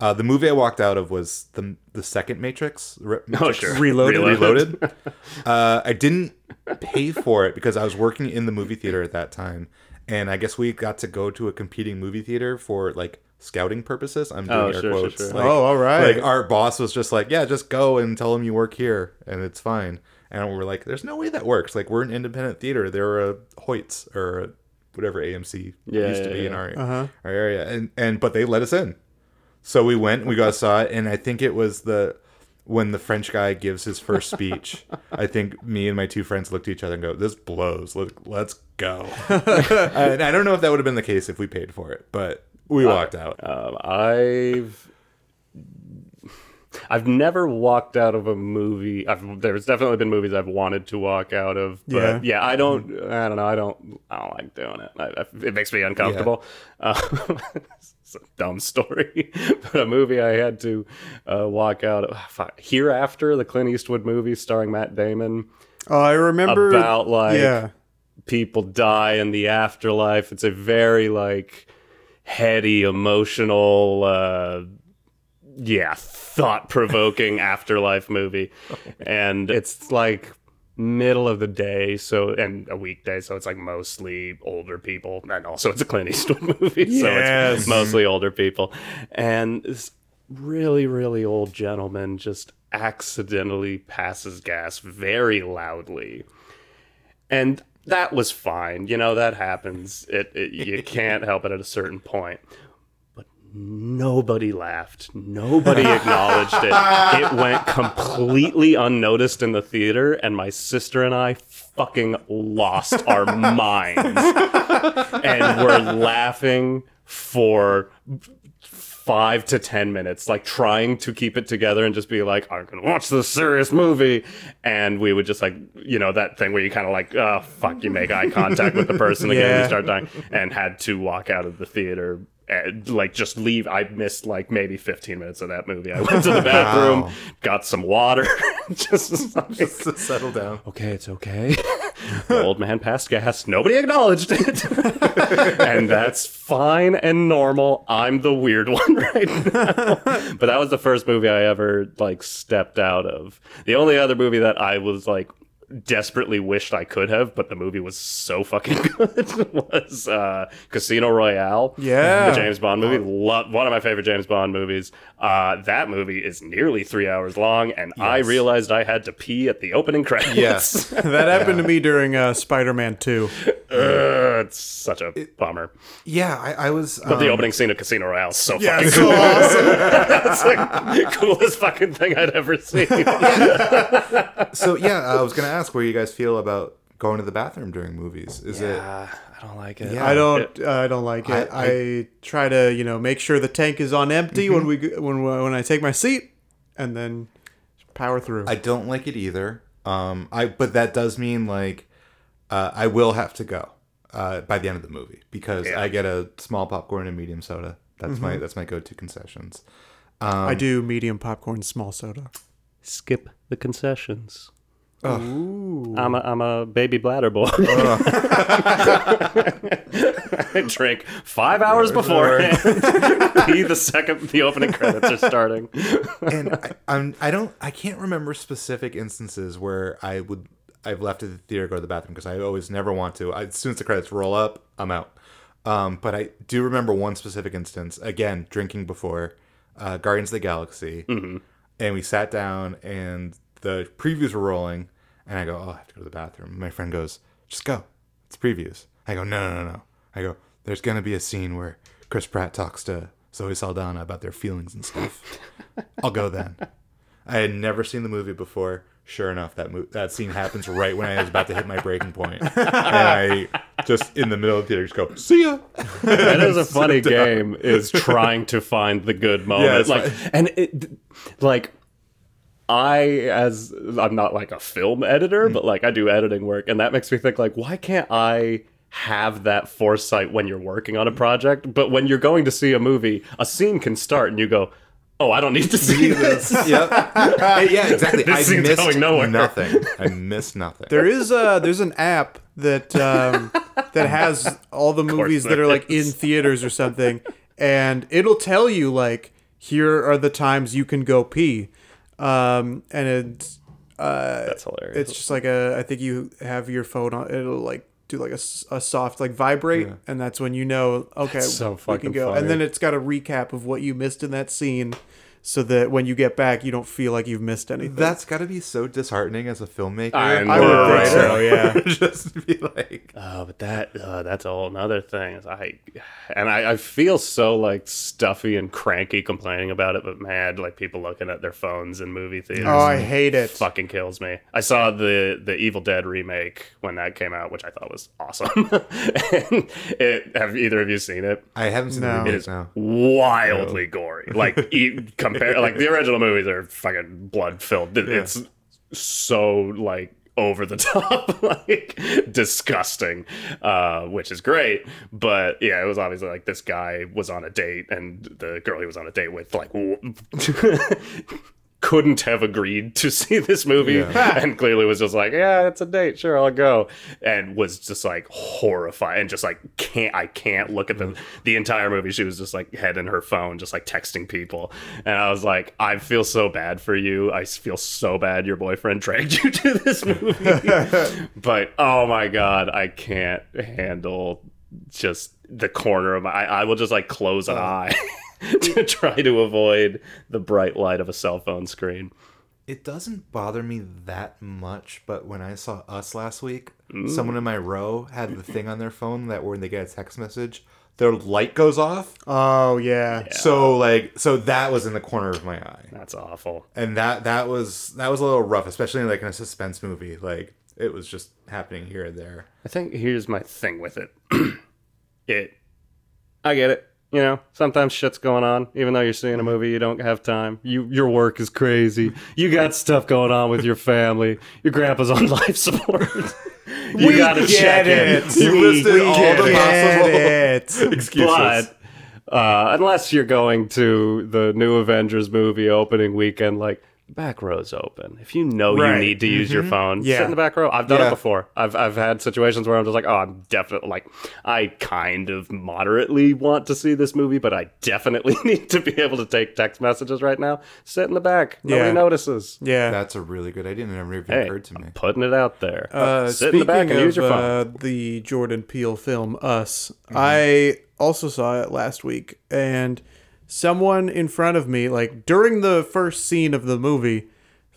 Uh, the movie I walked out of was the the second Matrix. Re-
Oh,
Matrix
sure.
Reloaded.
Reloaded. uh, I didn't pay for it because I was working in the movie theater at that time, and I guess we got to go to a competing movie theater for like scouting purposes. I'm doing
Oh,
air
sure, sure,
quotes.
sure.
Like,
Oh, all right.
Like our boss was just like, "Yeah, just go and tell them you work here, and it's fine." And we were like, "There's no way that works. Like we're an independent theater. There are a Hoyts or a, whatever AMC
Yeah,
used to
yeah,
be in
yeah. Uh-huh.
our our area." And and but they let us in. So we went, we got saw it, and I think it was the when the French guy gives his first speech. I think me and my two friends looked at each other and go, "This blows. Let, let's go." and I don't know if that would have been the case if we paid for it, but we walked out.
Um, I've I've never walked out of a movie. I've, there's definitely been movies I've wanted to walk out of, but
Yeah.
yeah, I don't. I don't know. I don't. I don't like doing it. I, I, it makes me uncomfortable. Uh, it's a dumb story, but a movie I had to uh, walk out of. Fuck. Hereafter, the Clint Eastwood movie starring Matt Damon
Oh, I remember.
about like
yeah.
people die in the afterlife. It's a very like heady, emotional, uh, yeah, thought provoking afterlife movie, and it's like middle of the day so and a weekday so it's like mostly older people and also it's a clint eastwood movie so
Yes.
it's mostly older people and this really really old gentleman just accidentally passes gas very loudly and that was fine. You know that happens. It, it you can't help it at a certain point. But nobody laughed. Nobody acknowledged it. It went completely unnoticed in the theater, and my sister and I fucking lost our minds and we're laughing for five to ten minutes, like trying to keep it together and just be like, I'm gonna watch this serious movie. And we would just like, you know, that thing where you kind of like, oh, fuck, you make eye contact with the person again,
Yeah.
you start dying, and had to walk out of the theater. And, like just leave. I missed like maybe 15 minutes of that movie. I went to the bathroom, got some wawater, just was like,
Settle down.
okay, it's okay. the old man passed gas. Nobody acknowledged it. and that's fine and normal. I'm the weird one right now. but that was the first movie I ever like stepped out of. The only other movie that I was like desperately wished I could have, but the movie was so fucking good was uh Casino Royale.
Yeah.
The James Bond movie. Lo- one of my favorite James Bond movies. Uh that movie is nearly three hours long and I realized I had to pee at the opening credits.
Yes.
That happened to me during uh, Spider Man 2.
Ugh, uh, it's such a bummer.
Yeah, I, I was.
But the
um,
opening scene of Casino Royale is so
Yeah,
fucking
it's
cool.
so awesome.
it's like coolest fucking thing I'd ever seen.
so yeah, I was gonna ask where you guys feel about going to the bathroom during movies. Is
I don't like it.
I don't. I don't like it. I,
I-
try to, you know, make sure the tank is on empty when we go- when when I take my seat, and then power through.
it? I don't like it either. Um, I but that does mean like uh, I will have to go uh, by the end of the movie because I get a small popcorn and medium soda. That's my that's my go to concessions.
I do medium popcorn, small soda.
Skip the concessions. I'm a I'm a baby bladder boy. I drink five hours beforehand. Be the second the opening credits are starting.
and I, I'm I don't I can't remember specific instances where I would I've left the theater go to the bathroom because I always never want to. I, as soon as the credits roll up, I'm out. Um, but I do remember one specific instance. Again, drinking before uh, Guardians of the Galaxy, and we sat down and the previews were rolling, and I go, oh, I have to go to the bathroom. My friend goes, just go. It's previews. I go, no, no, no, no. I go, there's gonna be a scene where Chris Pratt talks to Zoe Saldana about their feelings and stuff. I'll go then. I had never seen the movie before. Sure enough, that mo- that scene happens right when I was about to hit my breaking point, and I just in the middle of the theater just go, "See ya."
That is a funny game. Is trying to find the good moment,
it's
like and it, like I as I'm not like a film editor, but like I do editing work, and that makes me think like, why can't I have that foresight when you're working on a project? But when you're going to see a movie, a scene can start, and you go, "Oh, I don't need to see this."
Yep. yeah, exactly.
This
I
scene's
missed
going nowhere.
nothing. I missed nothing.
There is a there's an app that um, that has all the movies that
there
are like in
is.
theaters or something, and it'll tell you like here are the times you can go pee, um, and it's
That's hilarious.
it's just like a I think you have your phone on it'll like do like a, s- a soft like vibrate and that's when you know okay
so
we can
fucking
go
funny.
and then it's got a recap of what you missed in that scene so that when you get back you don't feel like you've missed anything
That's got to be so disheartening as a filmmaker.
I
I would
know,
think
right?
so yeah
just be like,
Oh, but that uh, that's a whole another thing. It's- I and I, I feel so like stuffy and cranky complaining about it, but man, like people looking at their phones in movie theaters.
oh I hate it
fucking kills me. I saw the the Evil Dead remake when that came out, which I thought was awesome. and it, have either of you seen it?
I haven't seen
No.
the
It
movies
is
now.
wildly gory. Like e- compare, like the original movies are fucking blood filled. It's so like over the top, like disgusting, uh, which is great. But yeah, it was obviously like this guy was on a date, and the girl he was on a date with like w- couldn't have agreed to see this movie, and clearly was just like, yeah, it's a date, sure, I'll go, and was just like horrified and just like can't I can't look at the the entire movie. She was just like head in her phone, just like texting people, and I was like, I feel so bad for you. I feel so bad your boyfriend dragged you to this movie, but oh my god, I can't handle just the corner of my I, I will just like close an eye to try to avoid the bright light of a cell phone screen.
It doesn't bother me that much, but when I saw us last week, someone in my row had the thing on their phone that when they get a text message, their light goes off.
oh yeah,
So like so that was in the corner of my eye.
That's awful.
And that that was that was a little rough, especially like in a suspense movie. Like it was just happening here and there.
I think here's my thing with it. it I get it. You know, sometimes shit's going on. Even though you're seeing a movie, you don't have time. You your work is crazy. You got stuff going on with your family. Your grandpa's on life support. you
We
gotta
get
check
it.
in.
You listed all
Get
the possible
it.
excuses.
But uh, unless you're going to the new Avengers movie opening weekend, like the back row's open. If you know
Right.
you need to use your phone,
Yeah.
sit in the back row. I've done it
Yeah.
before. I've I've had situations where I'm just like, oh, I'm definitely like, I kind of moderately want to see this movie, but I definitely need to be able to take text messages right now. Sit in the back. Nobody
Yeah.
notices.
yeah
That's a really good idea. It never even
Hey,
occurred to me.
I'm putting it out there.
Uh,
sit in the back
speaking
and use
of,
your phone. Mm-hmm.
Uh, the Jordan Peele film Us. I also saw it last week, and someone in front of me, like during the first scene of the movie,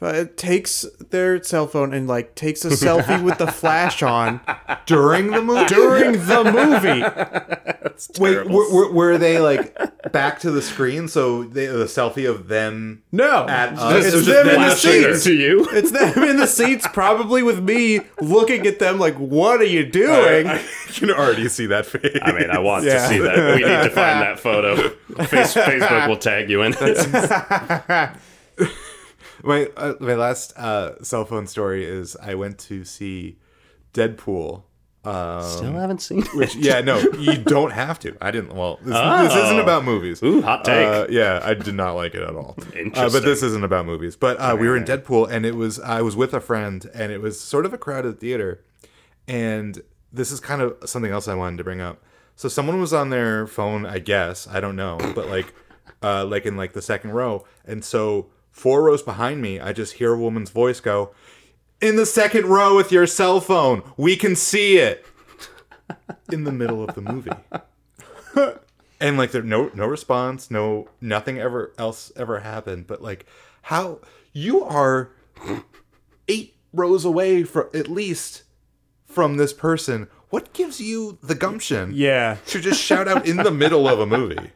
uh, takes their cell phone and like takes a selfie with the flash on
during the movie.
during the movie.
Wait, were, were, were they like back to the screen? So they, the selfie of them
No,
at us.
it's
It was just
them in the
flashing her.
seats.
to you.
It's them in the seats, probably with me looking at them like, "What are you doing?"
I can already see that face.
I mean, I want
Yeah.
to see that. We need to find that photo. Face, Facebook will tag you in. it.
my uh, my last uh, cell phone story is I went to see Deadpool. Uh,
Still haven't seen it.
yeah, no, you don't have to. I didn't. Well, this, this
Oh.
isn't about movies.
Ooh, hot take.
Uh, yeah, I did not like it at all. Uh,
Interesting.
but this isn't about movies. But uh, we were in Deadpool, and it was I was with a friend, and it was sort of a crowded theater. And this is kind of something else I wanted to bring up. So someone was on their phone, I guess. I don't know, but like, uh, like in like the second row, and so four rows behind me, I just hear a woman's voice go, "In the second row with your cell phone, we can see it." In the middle of the movie and like there no no response no nothing ever else ever happened but like how you are eight rows away from at least from this person what gives you the gumption
yeah,
to just shout out in the middle of a movie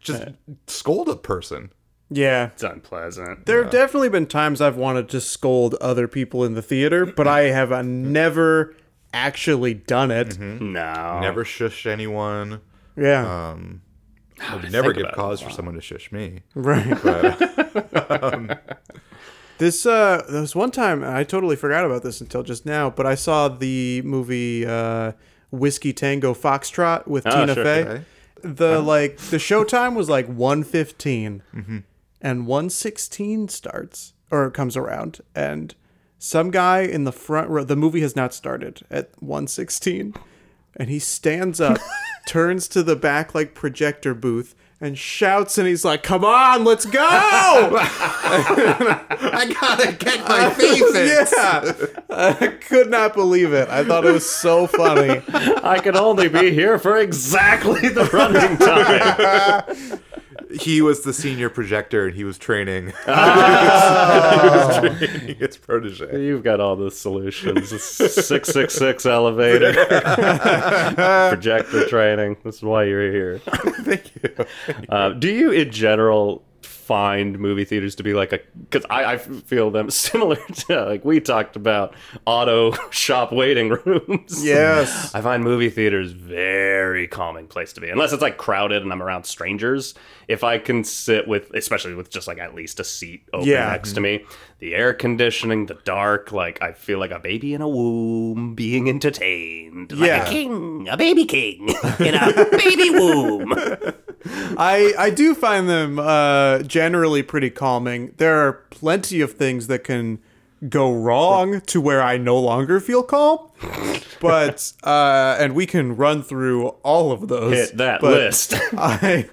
just scold a person
yeah.
It's unpleasant.
There have definitely been times I've wanted to scold other people in the theater, but I have uh, never actually done it.
Mm-hmm. no.
never shush anyone
Yeah,
would never give
about it
cause for someone to shush me
right. this uh, there was one time and I totally forgot about this until just now, but I saw the movie uh, Whiskey Tango Foxtrot with Tina
sure,
Fey.
okay.
The like the showtime was like 115 and 116 starts or comes around and some guy in the front row the movie has not started at 116 and he stands up turns to the back like projector booth and shouts and he's like come on let's go
i gotta get my face
yeah i could not believe it i thought it was so funny
I can only be here for exactly the running time.
he was the senior projector and he was training he was training his protege
Ah. You've got all the solutions. Six six six elevator, projector training. This is why you're here.
Thank you.
Uh, do you, in general, find movie theaters to be like a? Because I, I feel them similar to like we talked about auto shop waiting rooms.
yes
I find movie theaters very calming place to be, unless it's like crowded and I'm around strangers. If I can sit with, especially with just like at least a seat open
Yeah.
next to me, the air conditioning, the dark, like I feel like a baby in a womb being entertained, like
Yeah.
a king, a baby king in a baby womb.
I I do find them uh, generally pretty calming. There are plenty of things that can go wrong to where I no longer feel calm, but uh, and we can run through all of those.
Hit that
but
list.
I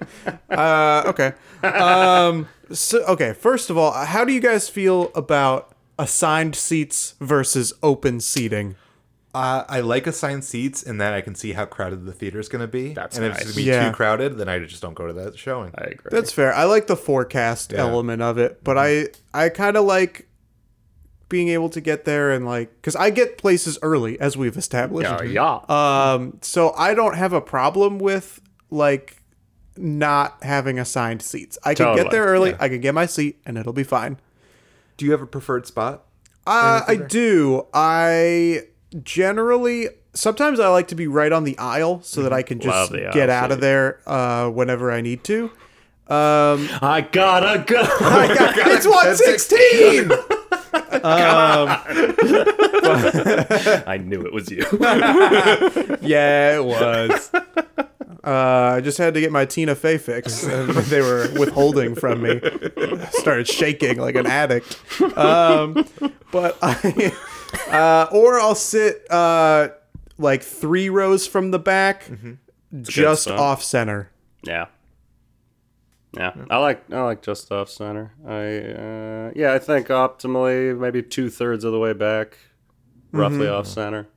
uh, okay. Um, so okay. First of all, how do you guys feel about assigned seats versus open seating?
Uh, I like assigned seats in that I can see how crowded the theater is going to be.
That's
and if
nice.
it's going to be
Yeah.
too crowded, then I just don't go to that showing.
I agree.
That's fair. I like the forecast element of it, but I I kind of like being able to get there and like because I get places early as we've established.
Oh, yeah.
Um, so I don't have a problem with like not having assigned seats. I can
Totally.
get there early. I can get my seat, and it'll be fine.
Do you have a preferred spot?
Uh, I do. I generally sometimes I like to be right on the aisle so that I can
Mm-hmm. Love
just
the
get
aisle
out of there uh, whenever I need to. Um,
I gotta go.
it's 116
I knew it was you.
yeah it was uh, i just had to get my tina fey fix and they were withholding from me started shaking like an addict um, but i uh, or i'll sit uh, like three rows from the back just
spot.
off center
Yeah. Yeah, I like I like just off center. I uh, yeah, I think optimally maybe two thirds of the way back, roughly off center.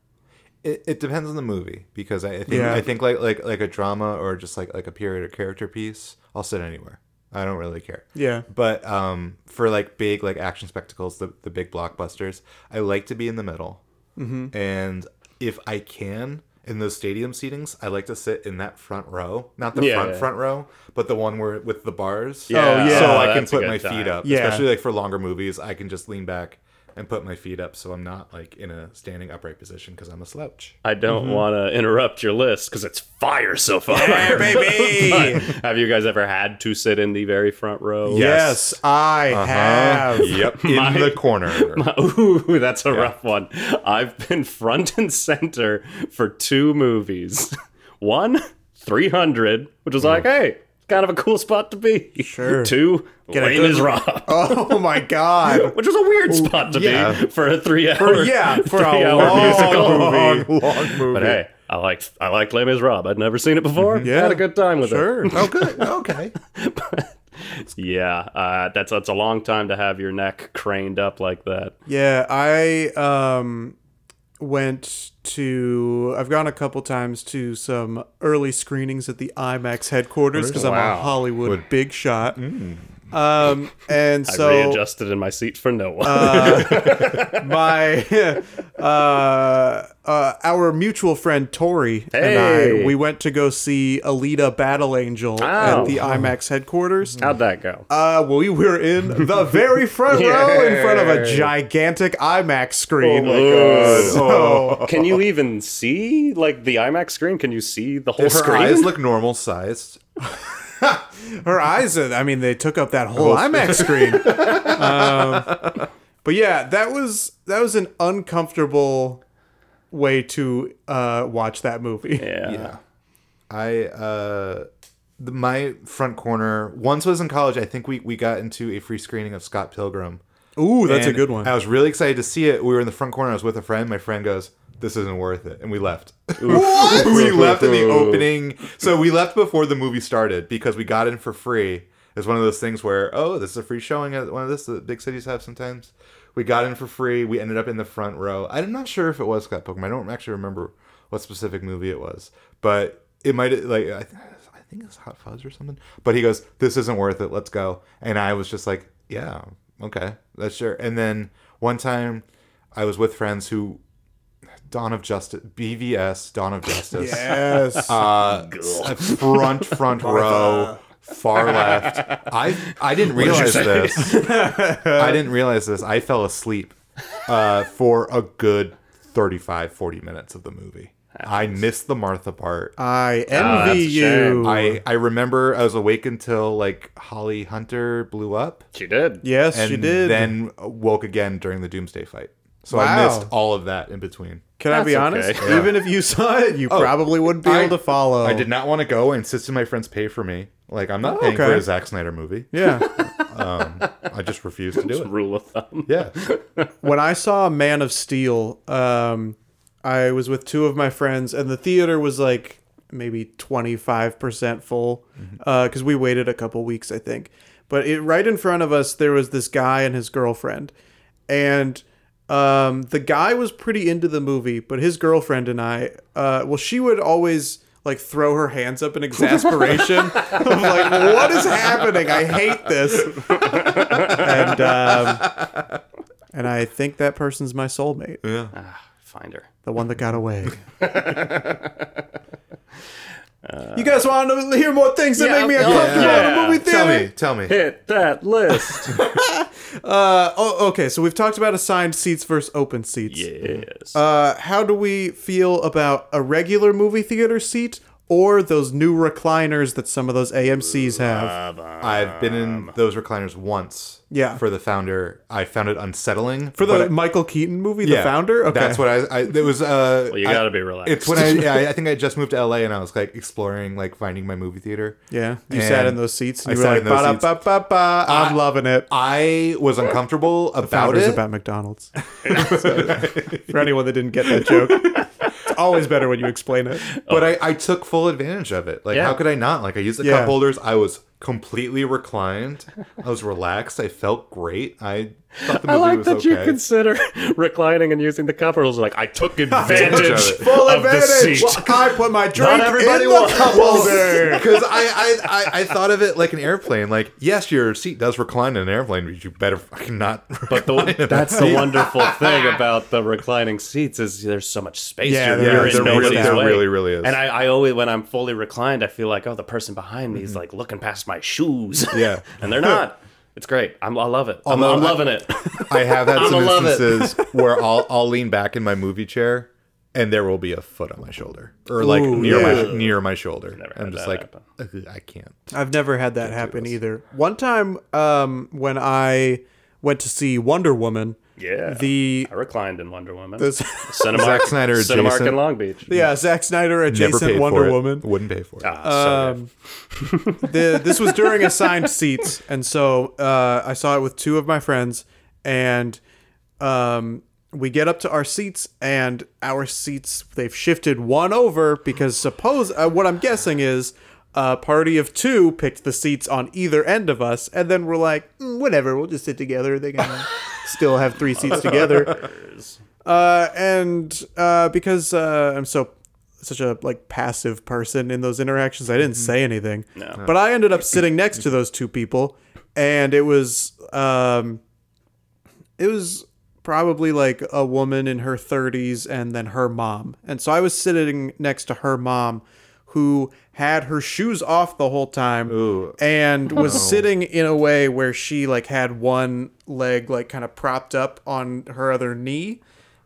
It, it depends on the movie because I, I think
Yeah.
I think like like like a drama or just like like a period or character piece, I'll sit anywhere. I don't really care.
Yeah.
But um, for like big like action spectacles, the the big blockbusters, I like to be in the middle. Mm-hmm. And if I can, in those stadium seatings, I like to sit in that front row, not the
Yeah,
front
yeah.
front row, but the one where with the bars.
Yeah.
yeah.
So I can
That's a
put
good
my
time.
feet up,
Yeah.
especially like for longer movies. I can just lean back and put my feet up, so I'm not like in a standing upright position because I'm a slouch.
I don't want to interrupt your list because it's fire so far.
baby.
But have you guys ever had to sit in the very front row?
Yes, I have.
Yep, in
My-
the corner.
Ooh, that's a rough one. I've been front and center for two movies. One, 300, which was like, hey, kind of a cool spot to be.
Mm-hmm. Sure.
Two,
a
Lame
good-
is Rob,
Oh my god.
which was a weird spot to
yeah.
be for a three hour,
yeah, for a
three hour
long
musical
long
movie.
long movie.
But hey, I liked I liked Lame is Rob. I'd never seen it before.
Mm-hmm. Yeah.
Had a good time with it.
Sure.
Oh, good. Okay.
Yeah, uh, that's that's a long time to have your neck craned up like that.
Yeah, I um went to I've gone a couple times to some early screenings at the IMAX headquarters because I'm
Wow. Mm.
a Hollywood big shot. Um and
I
so um,
readjusted in my seat for no one.
my uh, uh, our mutual friend Tori and
Hey.
I we went to go see Alita Battle Angel
Ow.
at the IMAX headquarters.
How'd that go?
Uh, well, we were in the very front row in front of a gigantic IMAX screen.
Oh.
So,
Oh Can you even see like the IMAX screen? Can you see the whole
Her
screen?
eyes look normal sized.
her eyes, uh, I mean, they took up that whole IMAX screen. um, but yeah, that was that was an uncomfortable way to uh, watch that movie.
yeah.
I uh the, my front corner once was in college. I think we we got into a free screening of Scott Pilgrim.
Ooh, that's a
And
good one.
I was really excited to see it. We were in the front corner. I was with a friend. My friend goes, "This isn't worth it," and we left.
What?
we left in the opening. So we left before the movie started because we got in for free. It's one of those things where oh, this is a free showing at one of this that big cities have sometimes. We got in for free. We ended up in the front row. I'm not sure if it was Scott Pilgrim. I don't actually remember what specific movie it was, but it might like I, th- I think it's Hot Fuzz or something. But he goes, "This isn't worth it. Let's go." And I was just like, "Yeah, okay, that's sure." And then one time, I was with friends who Dawn of Justice, BVS, Dawn of Justice
Yes.
uh, a front front row far left i i didn't realize this i didn't realize this i fell asleep uh, for a good 35 40 minutes of the movie i missed the martha part
I
Ah, that's
envy
a
you.
shame.
i i remember i was awake until like holly hunter blew up
She did.
yes,
and
you did.
then woke again during the doomsday fight so i
Wow.
missed all of that in between
Can I be
That's
honest?
okay.
Even if you saw it, you probably wouldn't be
Oh, I-
able to follow.
i did not want to go i insisted my friends pay for me like i'm not paying for
Oh, okay.
a Zack Snyder movie.
Yeah.
I just refused to do it.
Rule of thumb.
Yeah.
when I saw Man of Steel, um, I was with two of my friends, and the theater was like maybe 25% full because we waited a couple weeks, I think. But it, right in front of us, there was this guy and his girlfriend. And um, the guy was pretty into the movie, but his girlfriend and I, uh, well, she would always like throw her hands up in exasperation of like, what is happening? I hate this. And, um, and I think that person's my soulmate,
Find her.
the one that got away. you guys want to hear more things that
Yeah,
make me
yeah,
uncomfortable in
yeah.
a movie
tell
theater?
me, tell me.
Hit that list.
Uh, oh, okay, so we've talked about assigned seats versus open seats.
yes.
Uh, how do we feel about a regular movie theater seat or those new recliners that some of those AMC's
Uh,
have?
I've been in those recliners once.
Yeah.
For the founder, I found it unsettling.
For the
but I-
Michael Keaton movie, The
yeah,
Founder? Okay.
That's what I. I it was. Uh, well,
you gotta be relaxed.
It's when I. Yeah, I think I just moved to LA and I was like exploring, like finding my movie theater.
Yeah, you sat
And
in those seats and
I
you were
sat
like,
in those seats.
"Ba-da-ba-ba-ba, I'm
I-
loving it.
I was uncomfortable about
Founders
it.
about McDonald's. For anyone that didn't get that joke, it's always better when you explain it.
but I, I took full advantage of it. Like,
Yeah.
how could I not? Like, I used the
Yeah.
cup holders. I was completely reclined. I was relaxed. I felt great. I Thought the
I
movie
like
was
that you
okay.
consider reclining and using the cup hurdles. Like I took advantage of,
it.
the seat.
I put my drink
everybody
in
wants
the cup holder.
Because I, I, I, I thought of it like an airplane. Like, yes, your seat does recline in an airplane, but you better fucking not.
But the, that's the wonderful thing about the reclining seats is there's so much space.
Yeah,
you're,
there
you're
is.
in
There really-
nobody's
there
way.
really, really is.
And I, I always, when I'm fully reclined, I feel like, oh, the person behind me is like looking past my shoes.
Mm-hmm. Yeah.
and they're not. It's great. I'm, I love it. I'm,
Although
I'm
I-
loving it.
I have had
I'ma
some
love it.
instances where I'll, I'll lean back in my movie chair and there will be a foot on my shoulder or like
Ooh,
near
yeah.
my near my shoulder.
had
I'm just
that
like,
happen.
"Ugh, I can't.
I've never had that happen either. One time, um, when I went to see Wonder Woman,
Yeah.
the
I reclined in Wonder Woman.
this,
Cinemark,
Zack Snyder
Cinemark
adjacent.
in Long Beach.
yeah Zack Snyder
Never paid
adjacent Wonder
for it.
Woman.
Wouldn't pay for it.
Ah, so
um,
good.
the, this was during assigned seats, and so uh, I saw it with two of my friends, and um, we get up to our seats, and our seats they've shifted one over because suppose uh, what I'm guessing is a party of two picked the seats on either end of us, and then we're like, "Mm, whatever, we'll just sit together. They can still have three seats together. Uh, and uh, because uh, I'm so such a like passive person in those interactions, I didn't say anything. No. But I ended up sitting next to those two people, and it was um, it was probably like a woman in her 30s and then her mom. And so I was sitting next to her mom who had her shoes off the whole time and was sitting in a way where she like had one leg like kind of propped up on her other knee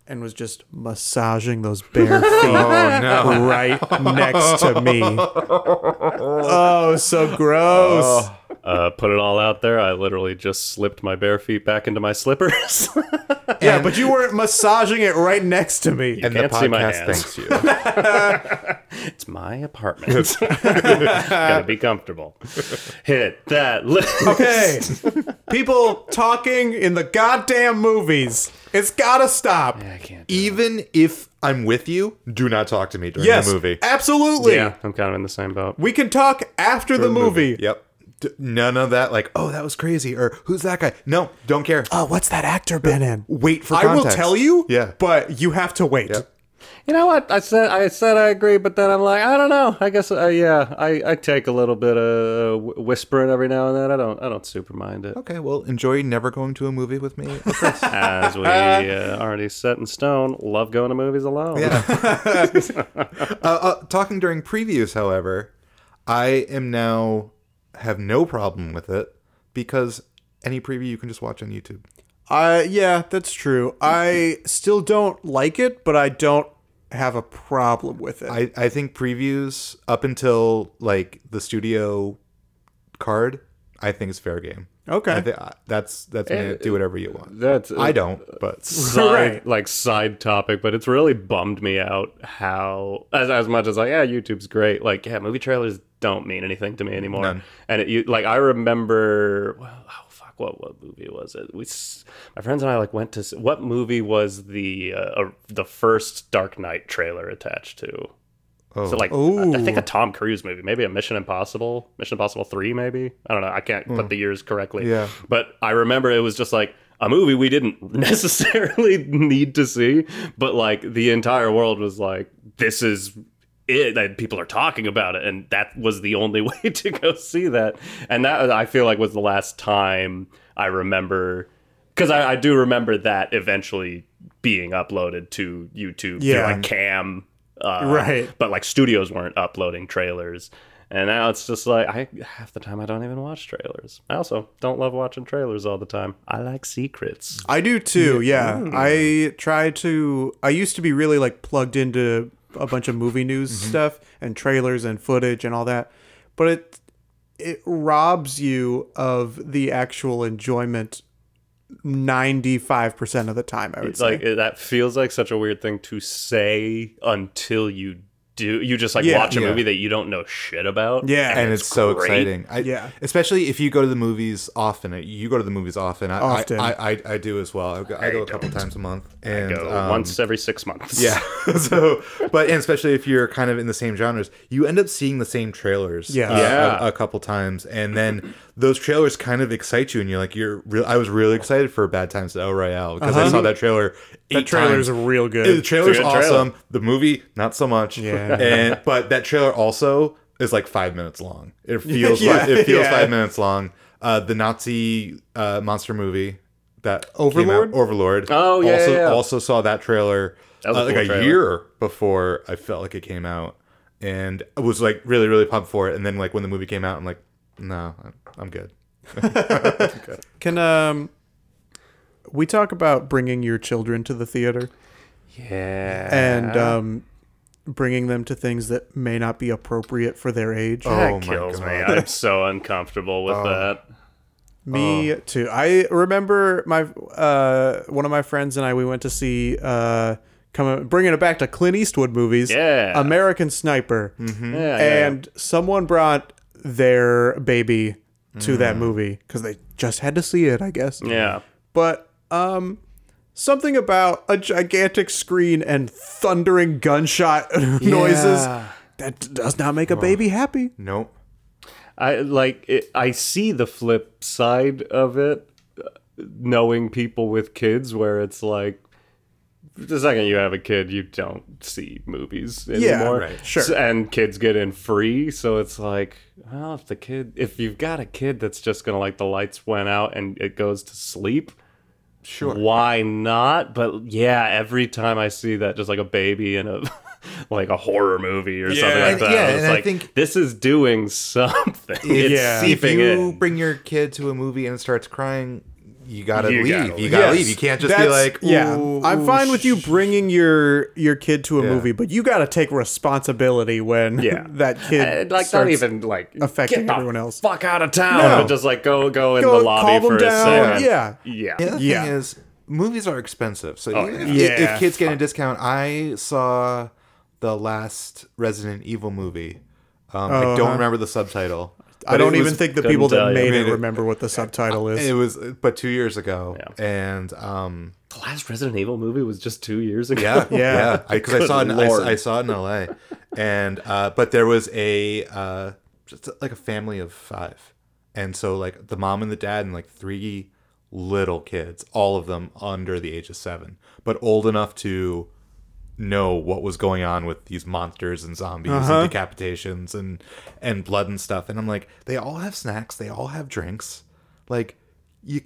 and was just massaging those bare feet right next to me. oh, so gross.
Uh, put it all out there. I literally just slipped my bare feet back into my slippers.
yeah, but you weren't massaging it right next to me.
and
can't
the podcast
see my hands.
thanks you.
It's my apartment. Gotta be comfortable. Hit that list.
Okay. People talking in the goddamn movies. It's gotta stop.
I can't. do
Even if I'm with you, do not talk to me during
Yes.
the movie.
Absolutely.
it. Yeah, I'm kind of in the same boat.
We can talk after the, movie.
Yep. D- none of that. Like, oh, that was crazy, or who's that guy? No, don't care.
Oh, what's that actor been in?
Wait for.
I will
context.
tell you,
Yeah.
but you have to wait.
You know what? I said I said I agree, but then I'm like, I don't know. I guess uh, yeah, I, I take a little bit of uh, wh- whispering every now and then. I don't I don't super mind it.
Okay, well, enjoy never going to a movie with me.
As we uh, already set in stone, love going to movies alone.
uh, talking during previews, however, I am now have no problem with it because any preview you can just watch on YouTube.
Uh, yeah, that's true. I still don't like it, but I don't have a problem with it.
I, I think previews up until like the studio card, I think it's fair game.
Okay.
I thi- I- that's that's me. do whatever you want.
That's
I don't, but
side
Right.
like side topic, but it's really bummed me out how as as much as like yeah, YouTube's great. Like yeah, movie trailers don't mean anything to me anymore. And it, you like I remember well, oh fuck, what what movie was it? We s- my friends and I like went to s- what movie was the uh, uh, the first Dark Knight trailer attached to? So like I think a Tom Cruise movie, maybe a Mission Impossible, Mission Impossible three, maybe I don't know. I can't
Hmm.
put the years correctly.
Yeah.
but I remember it was just like a movie we didn't necessarily need to see, but like the entire world was like, this is it that people are talking about it, and that was the only way to go see that. And that I feel like was the last time I remember because I, I do remember that eventually being uploaded to YouTube through
Yeah.
like Cam. Uh,
Right.
but like studios weren't uploading trailers and now it's just like i half the time i don't even watch trailers i also don't love watching trailers all the time i like secrets
I do too. Yeah, I try to. I used to be really like plugged into a bunch of movie news stuff and trailers and footage and all that, but it it robs you of the actual enjoyment ninety five
eh?
percent of the time. I would
it's
say.
like it, that feels like such a weird thing to say until you do you just like
Yeah.
watch a
Yeah.
movie that you don't know shit about?
Yeah.
and it's, so
great.
exciting. I,
Yeah.
especially if you go to the movies often. uh, You go to the movies often. I,
Often.
I, I, I, I do as well. I go, I go a couple times a month. And
Go
um,
once every six months.
Yeah. so, but and especially if you're kind of in the same genres, you end up seeing the same trailers.
Yeah.
uh,
Yeah.
A, a couple times, and then those trailers kind of excite you, and you're like, you're. Re- I was really excited for Bad Times at El Royale because I saw that trailer. Eight
Uh-huh. That trailer's
times.
real
The
good.
trailer's
It's a good trailer.
awesome. The movie, not so much.
Yeah.
And but that trailer also is like five minutes long. It feels
Yeah.
like, it feels
Yeah.
five minutes long. Uh, the Nazi uh, monster movie that came out-
Overlord?
Overlord.
Oh, yeah,
Also,
yeah, yeah.
also saw that trailer
was a
uh, like
cool
a
trailer.
year before I felt like it came out, and I was like really really pumped for it. And then like when the movie came out, I'm like, no, I'm- I'm good.
Can um we talk about bringing your children to the theater
Yeah.
and um bringing them to things that may not be appropriate for their age?
that
Oh my
kills me.
God. Oh.
I'm so uncomfortable with that. Oh.
Me too. I remember my uh one of my friends and I we went to see uh coming bringing it back to Clint Eastwood movies.
Yeah. Mm-hmm.
American Sniper.
Mm.
Yeah, yeah, yeah.
and someone brought their baby to that movie because they just had to see it, I guess.
Mm. yeah.
But um, something about a gigantic screen and thundering gunshot noises that does not make a baby happy.
Nope.
I like it, I see the flip side of it uh, knowing people with kids where it's like the second you have a kid you don't see movies
Yeah,
anymore
right, sure.
So- and kids get in free so it's like well if the kid if you've got a kid that's just gonna like the lights went out and it goes to sleep
Sure.
why not but yeah every time i see that just like a baby in a like a horror movie or something like
And-
that
yeah,
I was
and I
like
think-
this is doing something it's
Yeah.
if
seeping
you
in
bring your kid to a movie and it starts crying, you gotta
You
leave.
gotta
you
leave.
gotta
Yes,
leave. You can't just be
that's-
like,
yeah.
"Ooh,
I'm
ooh,
fine with you
sh-
bringing your your kid to a
Yeah.
movie, but you got to take responsibility when
Yeah.
that kid
And, like
starts-
not even like
affecting
get the
everyone else.
Fuck out of town,
No.
but just like go go in
Go
the lobby
calm them
for
down.
a second.
Yeah.
yeah, Oh,
The other
Yeah.
thing is, movies are expensive. So if,
yeah.
if-
Yeah.
if kids get a discount, I saw the last Resident Evil movie. Um, I don't remember the subtitle.
Uh-huh. I
but
don't
it
even
was-
think the
couldn't
people
tell
that
you.
made
I
it
mean, it-
remember what the subtitle is.
it was, but two years ago, and um,
The last Resident Evil movie was just two years ago.
Yeah, yeah. Because I, saw it.
Good
In, I, s-
lord.
I saw it in L.A. and uh, but there was a uh, just like a family of five, and so like the mom and the dad and like three little kids, all of them under the age of seven, but old enough to know what was going on with these monsters and zombies and decapitations and and blood and stuff and i'm like they all have snacks they all have drinks like you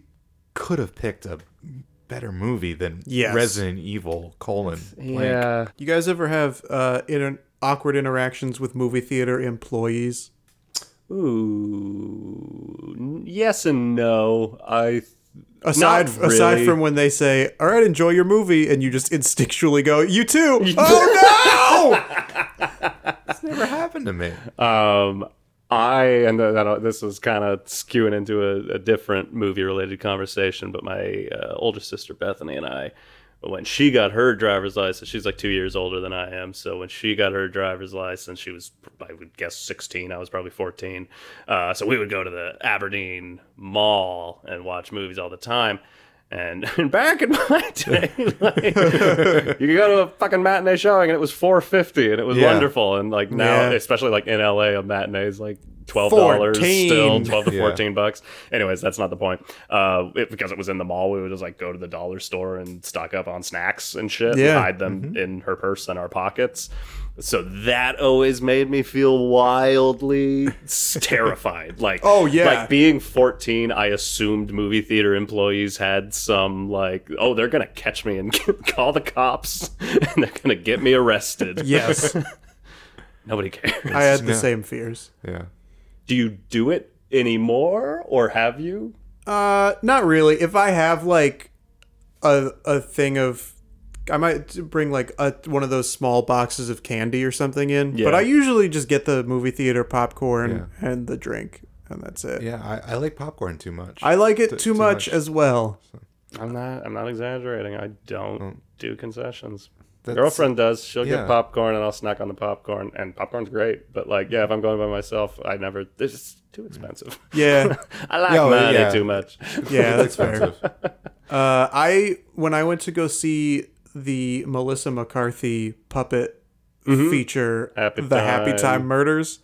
could have picked a better movie than
Yes.
resident evil colon blank.
yeah.
You guys ever have uh, inter- awkward interactions with movie theater employees?
Ooh, n- yes and no. I
Aside
Not
aside
really.
from when they say, "All right, enjoy your movie," and you just instinctually go, "You too." oh no!
never happened to me
um I and th- that, this is kind of skewing into a, a different movie related conversation, but my uh, older sister Bethany and I, when she got her driver's license, she's like two years older than I am. So when she got her driver's license, she was I would guess sixteen. I was probably fourteen. Uh, so we would go to the Aberdeen Mall and watch movies all the time. And, and back in my day, like, you could go to a fucking matinee showing and it was four fifty, and it was
Yeah.
wonderful. And like now,
Yeah.
especially like in LA, a matinee is like twelve dollars
14.
still, twelve to
Yeah.
fourteen bucks. Anyways, that's not the point. Uh, it, because it was in the mall, we would just like go to the dollar store and stock up on snacks and shit, and
Yeah. Mm-hmm.
hide them in her purse and our pockets. So that always made me feel wildly terrified. Like
Oh, yeah.
like being fourteen, I assumed movie theater employees had some like oh they're gonna catch me and call the cops and they're gonna get me arrested.
yes,
Nobody cares.
I had the
Yeah.
same fears.
yeah
do you do it anymore or have you
Uh, not really. If I have like a a thing of, I might bring like a one of those small boxes of candy or something in. But
Yeah.
I usually just get the movie theater popcorn and the drink, and that's it.
yeah i, I like popcorn too much
I like it too,
too
much,
much.
as well.
i'm not i'm not exaggerating i don't do concessions
Mm. That's,
Girlfriend does. She'll
yeah.
get popcorn and I'll snack on the popcorn. And popcorn's great. But like, yeah, if I'm going by myself, I never. It's just too expensive.
Yeah.
I like
Yeah, well,
money
yeah.
too much.
Yeah, that's fair.
expensive.
Uh, I when I went to go see the Melissa McCarthy puppet feature,
Mm-hmm. Happy
the Happy
Time.
Time Murders,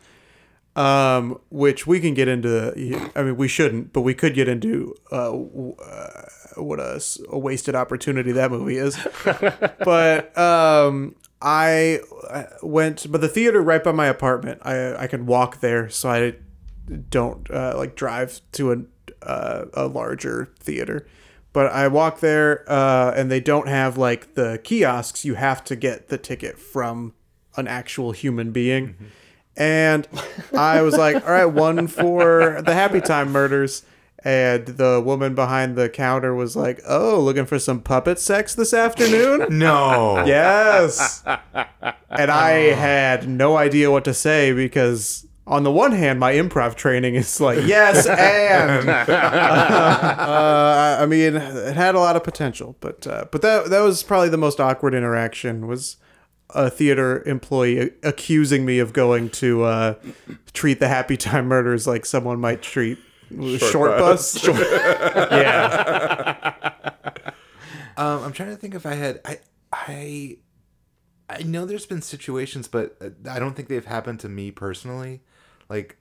um, which we can get into. I mean, we shouldn't, but we could get into uh, w- uh, what a, s- a wasted opportunity that movie is. but um, I uh, went, but the theater right by my apartment. I I can walk there, so I don't uh, like drive to a uh, a larger theater. But I walk there, uh, and they don't have like the kiosks. You have to get the ticket from an actual human being. And I was like, all right, one for the Happy Time murders. And the woman behind the counter was like, oh, looking for some puppet sex this afternoon?
No.
Yes. And I had no idea what to say because on the one hand, my improv training is like, yes, and uh, I mean, it had a lot of potential, but uh, but that that was probably the most awkward interaction was a theater employee accusing me of going to uh, treat the Happy Time Murders like someone might treat short, bus. yeah,
Um, I'm trying to think if I had I I I know there's been situations, but uh, I don't think they've happened to me personally. Like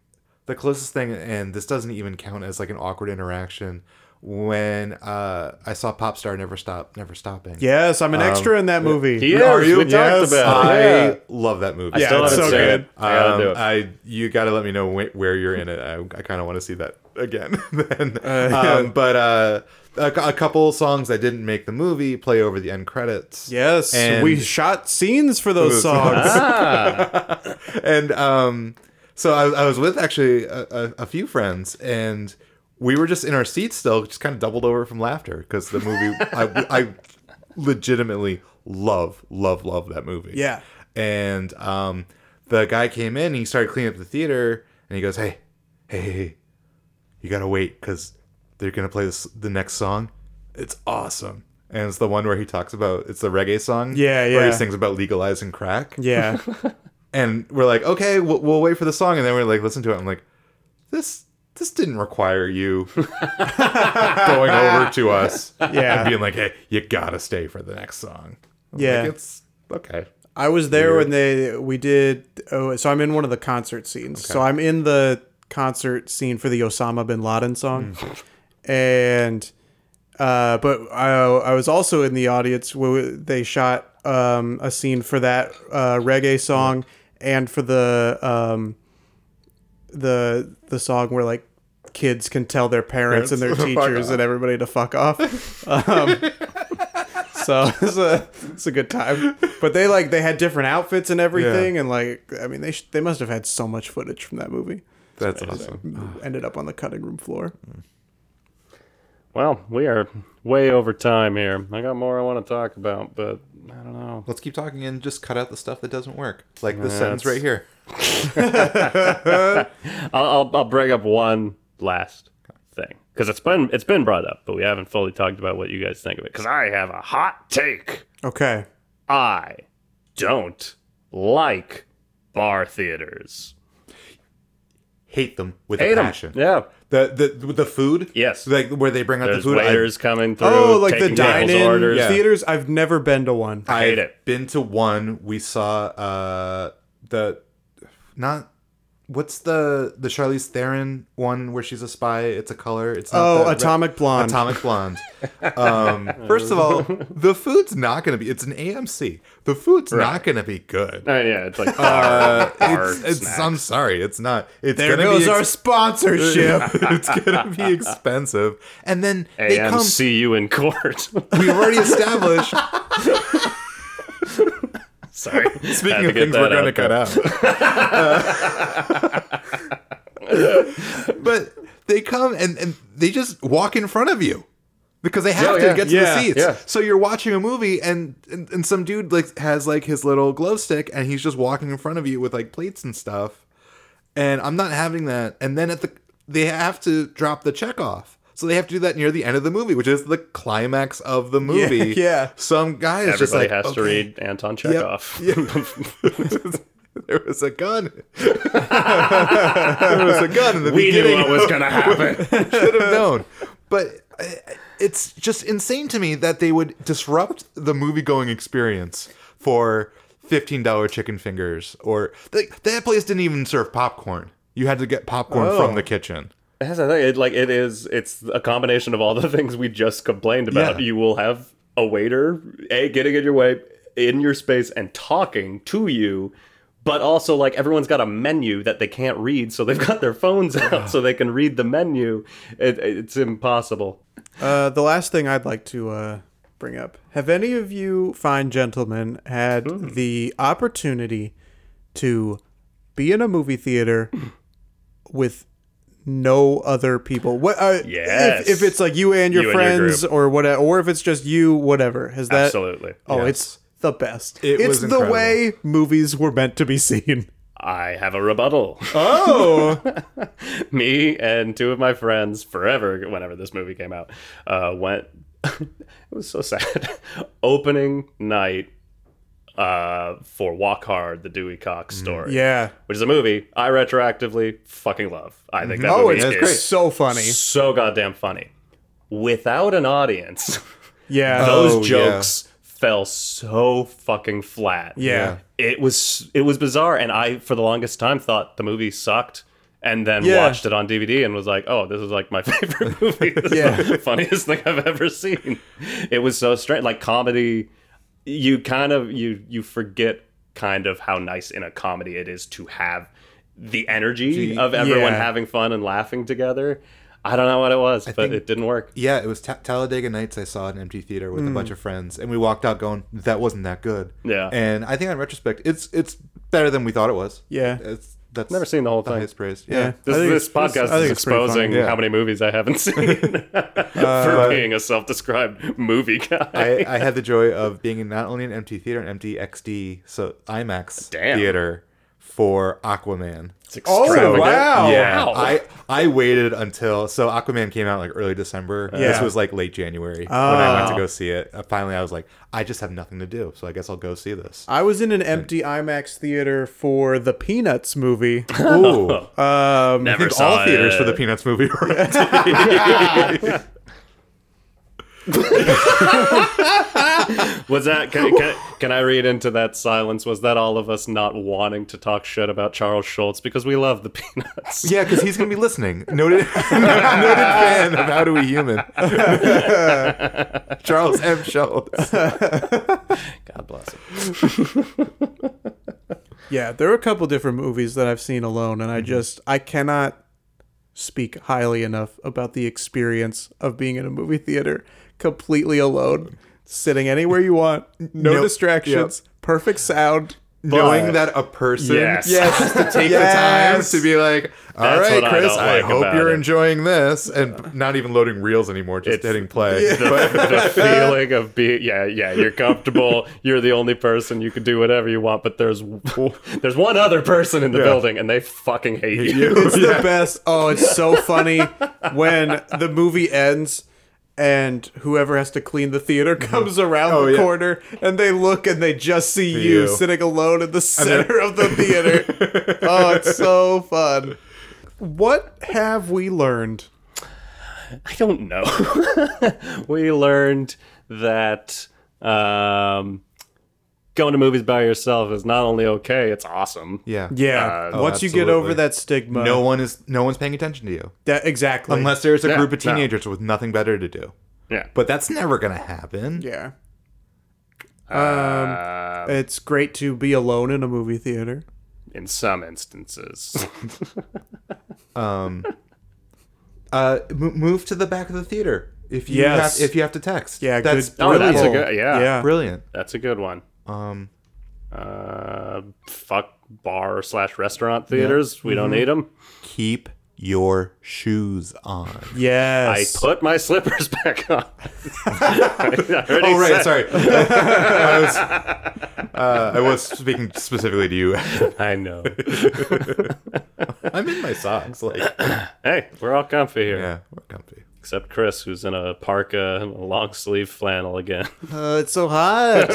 the closest thing, and this doesn't even count as like an awkward interaction. When uh, I saw Popstar Never Stop Never Stopping.
yes, I'm an extra in that movie.
He is.
Are you?
We talked
Yes,
about
I
it. Yeah.
love that movie.
still
Yeah, it's haven't so seen it. good.
I gotta
Um,
do it.
I you got to let me know wh- where you're in it. I, I kind of want to see that again. then. um, but uh, a, cou- a couple songs that didn't make the movie play over the end credits.
Yes,
And-
we shot scenes for those songs.
Ah.
and um, so I, I was with actually a, a, a few friends, and we were just in our seats still, just kind of doubled over from laughter because the movie I, I legitimately love, love, love that movie.
Yeah.
And um, the guy came in, he started cleaning up the theater, and he goes, "Hey, hey, hey, hey you gotta wait because they're gonna play this, the next song. It's awesome." And it's the one where he talks about it's the reggae song.
Yeah,
Where
yeah.
he sings about legalizing crack
yeah,
and we're like, okay, we'll, we'll wait for the song, and then we're like, listen to it. I'm like, this this didn't require you going over to us and
yeah.
being like, hey, you gotta stay for the next song. I'm
Yeah.
like, it's okay.
I was there when they we did. Oh, so I'm in one of the concert scenes. So I'm in the concert scene for the Osama bin Laden song,
Hmm.
and uh, but I I was also in the audience where we- they shot um a scene for that uh reggae song and for the um the the song where like kids can tell their parents and their
Parents to fuck
teachers and everybody to fuck off. Um, so it's a it's a good time. But they like they had different outfits and everything, and like I mean they sh- they must have had so much footage from that movie.
That's awesome.
Ended up on the cutting room floor.
Well, we are way over time here. I got more I want to talk about, but I don't know.
Let's keep talking and just cut out the stuff that doesn't work, like this sentence right here.
I'll, I'll, I'll bring up one last thing because it's been it's been brought up, but we haven't fully talked about what you guys think of it. Because I have a hot take.
Okay.
I don't like bar theaters.
Hate them with
Hate
a
'em.
passion.
Yeah.
The the the food.
Yes.
Like where they bring out
There's
the food. I-
waiters coming through.
Oh, like the
taking people's
dine-in
orders.
Yeah.
theaters. I've never been to one.
I've
hate it.
Been to one. We saw uh the not what's the the Charlize Theron one where she's a spy. It's a color. It's not
Oh,
the-
Atomic Blonde.
Atomic Blonde. um, first of all, the food's not going to be. It's an AMC. The food's not going to be good.
Oh, yeah, it's
Uh,
like uh, bar, bar
It's, it's,
snack.
I'm sorry, it's not. It's
there
gonna
goes
be
our sponsorship.
it's gonna be expensive, and then they
AM,
come
see you in court.
We've already established.
Sorry.
Speaking of things we're going to cut out. Uh, but they come and, and they just walk in front of you because they have
Yeah,
to
yeah,
get to
yeah,
the seats.
yeah.
So you're watching a movie and, and and some dude like has like his little glow stick and he's just walking in front of you with like plates and stuff. And I'm not having that. And then at the they have to drop the check off. So they have to do that near the end of the movie, which is the climax of the movie.
yeah.
Some guy is just
Everybody
like,
has to
"Okay,
read Anton Chekhov.
there was a gun. there was a gun in the
we knew
beginning.
what was going to happen.
should have known. But uh, it's just insane to me that they would disrupt the movie going experience for $15 chicken fingers or like that place didn't even serve popcorn. You had to get popcorn from the kitchen.
That's the thing. It, like it is, it's a combination of all the things we just complained about.
Yeah.
You will have a waiter, a getting in your way, in your space, and talking to you. But also, like everyone's got a menu that they can't read, so they've got their phones out so they can read the menu. It, it's impossible.
Uh, the last thing I'd like to uh, bring up: Have any of you fine gentlemen had
Hmm.
the opportunity to be in a movie theater with no other people? What? Uh, if-
Yes.
If, it's like you and your
You and your
friends, or whatever, or if it's just you, whatever. Has that?
Absolutely.
Oh,
Yes.
it's the best.
It
it's
was
the
incredible.
way movies were meant to be seen.
I have a rebuttal.
Oh,
me and two of my friends forever whenever this movie came out uh, went it was so sad opening night uh, for walk hard the dewey cox story
Yeah.
which is a movie i retroactively fucking love i think that
Oh,
movie
it's
is
great.
so funny.
so goddamn funny without an audience
Yeah.
those
Oh, yeah.
jokes fell so fucking flat
Yeah.
it was it was bizarre and i for the longest time thought the movie sucked and then
Yeah.
watched it on dvd and was like oh this is like my favorite movie this
Yeah.
is the funniest thing i've ever seen it was so strange like comedy you kind of you you forget kind of how nice in a comedy it is to have the energy of everyone
yeah.
having fun and laughing together i don't know what it was but
think-
it didn't work
yeah, it was Ta- Talladega Nights. I saw an empty theater with a bunch of friends, and we walked out going, "That wasn't that good."
Hmm. Yeah.
and I think on retrospect, it's it's better than we thought it was.
Yeah.
it's, that's
never seen the whole
the
thing
highest praise.
Yeah.
Yeah,
This,
I think
this
it's- it's-
podcast
I
is
think it's pretty
exposing
funny. Yeah.
how many movies I haven't seen for being a self-described movie guy.
I, I had the joy of being in not only an empty theater, an empty XD, so IMAX
Damn.
theater for Aquaman.
it's
Oh,
extravagant.
wow.
yeah,
Wow.
I I waited until so Aquaman came out like early December. This
Yeah.
was like late January when I
Ah.
went to go see it. Uh, finally, I was like, I just have nothing to do, so I guess I'll go see this.
I was in an empty IMAX theater for the Peanuts movie.
Ooh, I
Um,
Never
think
saw
all theaters
it.
for the Peanuts movie. were
Was that? Can, can, can I read into that silence? Was that all of us not wanting to talk shit about Charles Schultz because we love the Peanuts?
yeah, because he's gonna be listening. Noted, noted fan of How Do We Human, Charles M. Schultz.
God bless him.
Yeah, there are a couple different movies that I've seen alone, and I
Mm-hmm.
just I cannot speak highly enough about the experience of being in a movie theater completely alone, sitting anywhere you want, no,
No-
distractions, perfect sound.
Knowing that a person
Yes.
Yes, to
take the time to be like, all
That's
right,
what I
Chris,
don't
I,
like
hope
about
you're
it."
enjoying this, and not even loading reels anymore, just
It's-
hitting play. But
the feeling of being yeah yeah you're comfortable you're the only person you can do whatever you want but there's there's one other person in the building and they fucking hate you
It's the best. Oh, it's so funny when the movie ends and whoever has to clean the theater comes around the
Mm-hmm. Oh, yeah.
corner and they look and they just see you,
you.
sitting alone in the center of the theater. oh, it's so fun. What have we learned?
I don't know. we learned that um, going to movies by yourself is not only okay, it's awesome.
yeah,
Yeah,
Uh,
once you get
absolutely.
over that stigma,
No one is no one's paying attention to you
that exactly.
unless there's a
Yeah,
group of
no.
teenagers with nothing better to do.
Yeah.
But that's never gonna happen.
yeah.
Uh,
Um, it's great to be alone in a movie theater.
In some instances.
Uh, m- move to the back of the theater if you
Yes.
have if you have to text.
Yeah,
that's
good-
oh,
brilliant.
that's a
Really?
good. Yeah,
Yeah.
Brilliant.
That's a good one.
Um,
Uh, fuck bar slash restaurant theaters. We
Mm-hmm.
don't need them.
keep your shoes on.
I
Yes,
put my slippers back on. I already
Oh
said-
right, sorry. I was uh, I was speaking specifically to you.
I know.
I'm in my socks, like
hey, we're all comfy here.
yeah, we're comfy.
Except Chris, who's in a parka and a long sleeve flannel again.
Uh, it's so hot.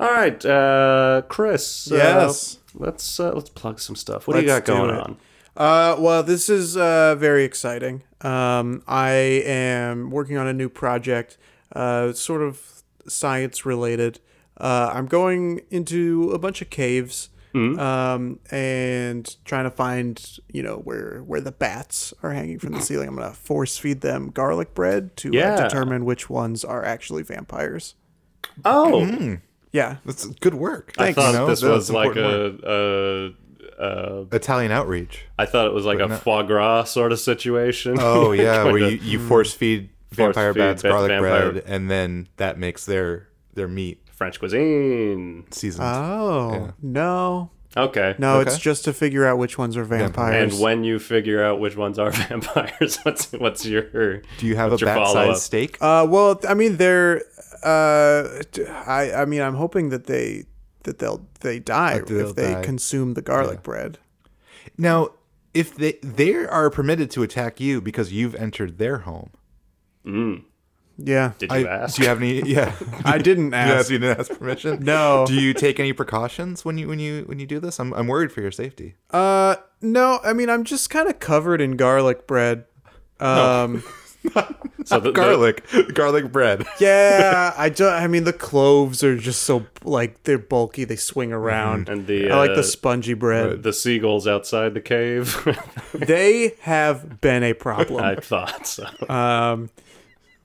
All right, uh, Chris. uh,
Yes.
let's uh, let's plug some stuff. What do you
Let's
got going
do it.
on?
Uh, well, this is uh, very exciting. Um, I am working on a new project, uh, sort of science related. Uh, I'm going into a bunch of caves um, and trying to find, you know, where where the bats are hanging from the ceiling. I'm gonna force feed them garlic bread to uh,
Yeah.
determine which ones are actually vampires.
Oh,
Yeah,
That's good work.
I thought
Hmm, You know,
this
that's
was like
important work.
a, a, a
Italian outreach.
I thought it was like a foie gras sort of situation.
Oh yeah,
Going
where
to-
you, you force feed vampire
feed
bats
va-
garlic
vampire-
bread, and then that makes their their meat
French cuisine.
seasoned.
Oh no,
Okay.
no! It's
Okay.
just to figure out which ones are vampires.
And when you figure out which ones are vampires, what's what's your
Do you have
what's
a
your follow-up?
bat-sized steak?
Uh, well, I mean, they're. Uh, t- I I mean, I'm hoping that they that they'll they die
they'll
if they
die.
consume the garlic bread.
Now, if they they are permitted to attack you because you've entered their home,
Yeah,
Did
I-
you ask?
do you have any? Yeah,
I didn't
you, ask,
ask.
you didn't ask permission.
No.
Do you take any precautions when you when you when you do this? I'm I'm worried for your safety.
Uh, no, I mean, I'm just kind of covered in garlic bread. Um,
so the, the-
Garlic, garlic bread.
yeah, I just, I mean, the cloves are just so like they're bulky. They swing around.
and the
I like
Mm-hmm. uh,
the spongy bread.
the seagulls outside the cave.
They have been a problem.
I thought so.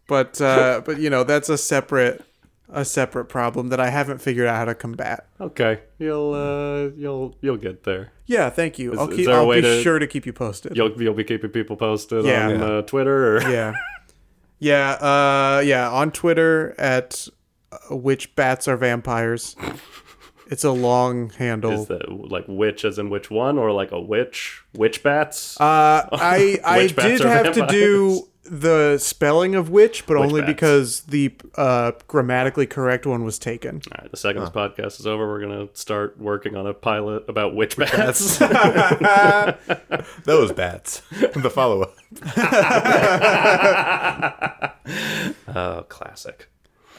but uh, but you know that's a separate a separate problem that I haven't figured out how to combat.
Okay, you'll uh, you'll you'll get there.
Yeah, thank you. I'll
is
keep.
there a
I'll
way
be
to-
sure to keep you posted.
You'll you'll be keeping people posted
Yeah.
on Uh, Twitter. Or...
Yeah, yeah, uh, yeah. On Twitter at uh, which bats are vampires. It's a long handle.
Is that like which as in which one or like a witch witch bats?
uh, I I
Which bats
did
are
have to do the spelling of which, but only
bats?
because the uh, grammatically correct one was taken.
All right, the second
uh.
this podcast is over, we're gonna start working on a pilot about witch bats.
Those bats. the follow up.
oh, classic.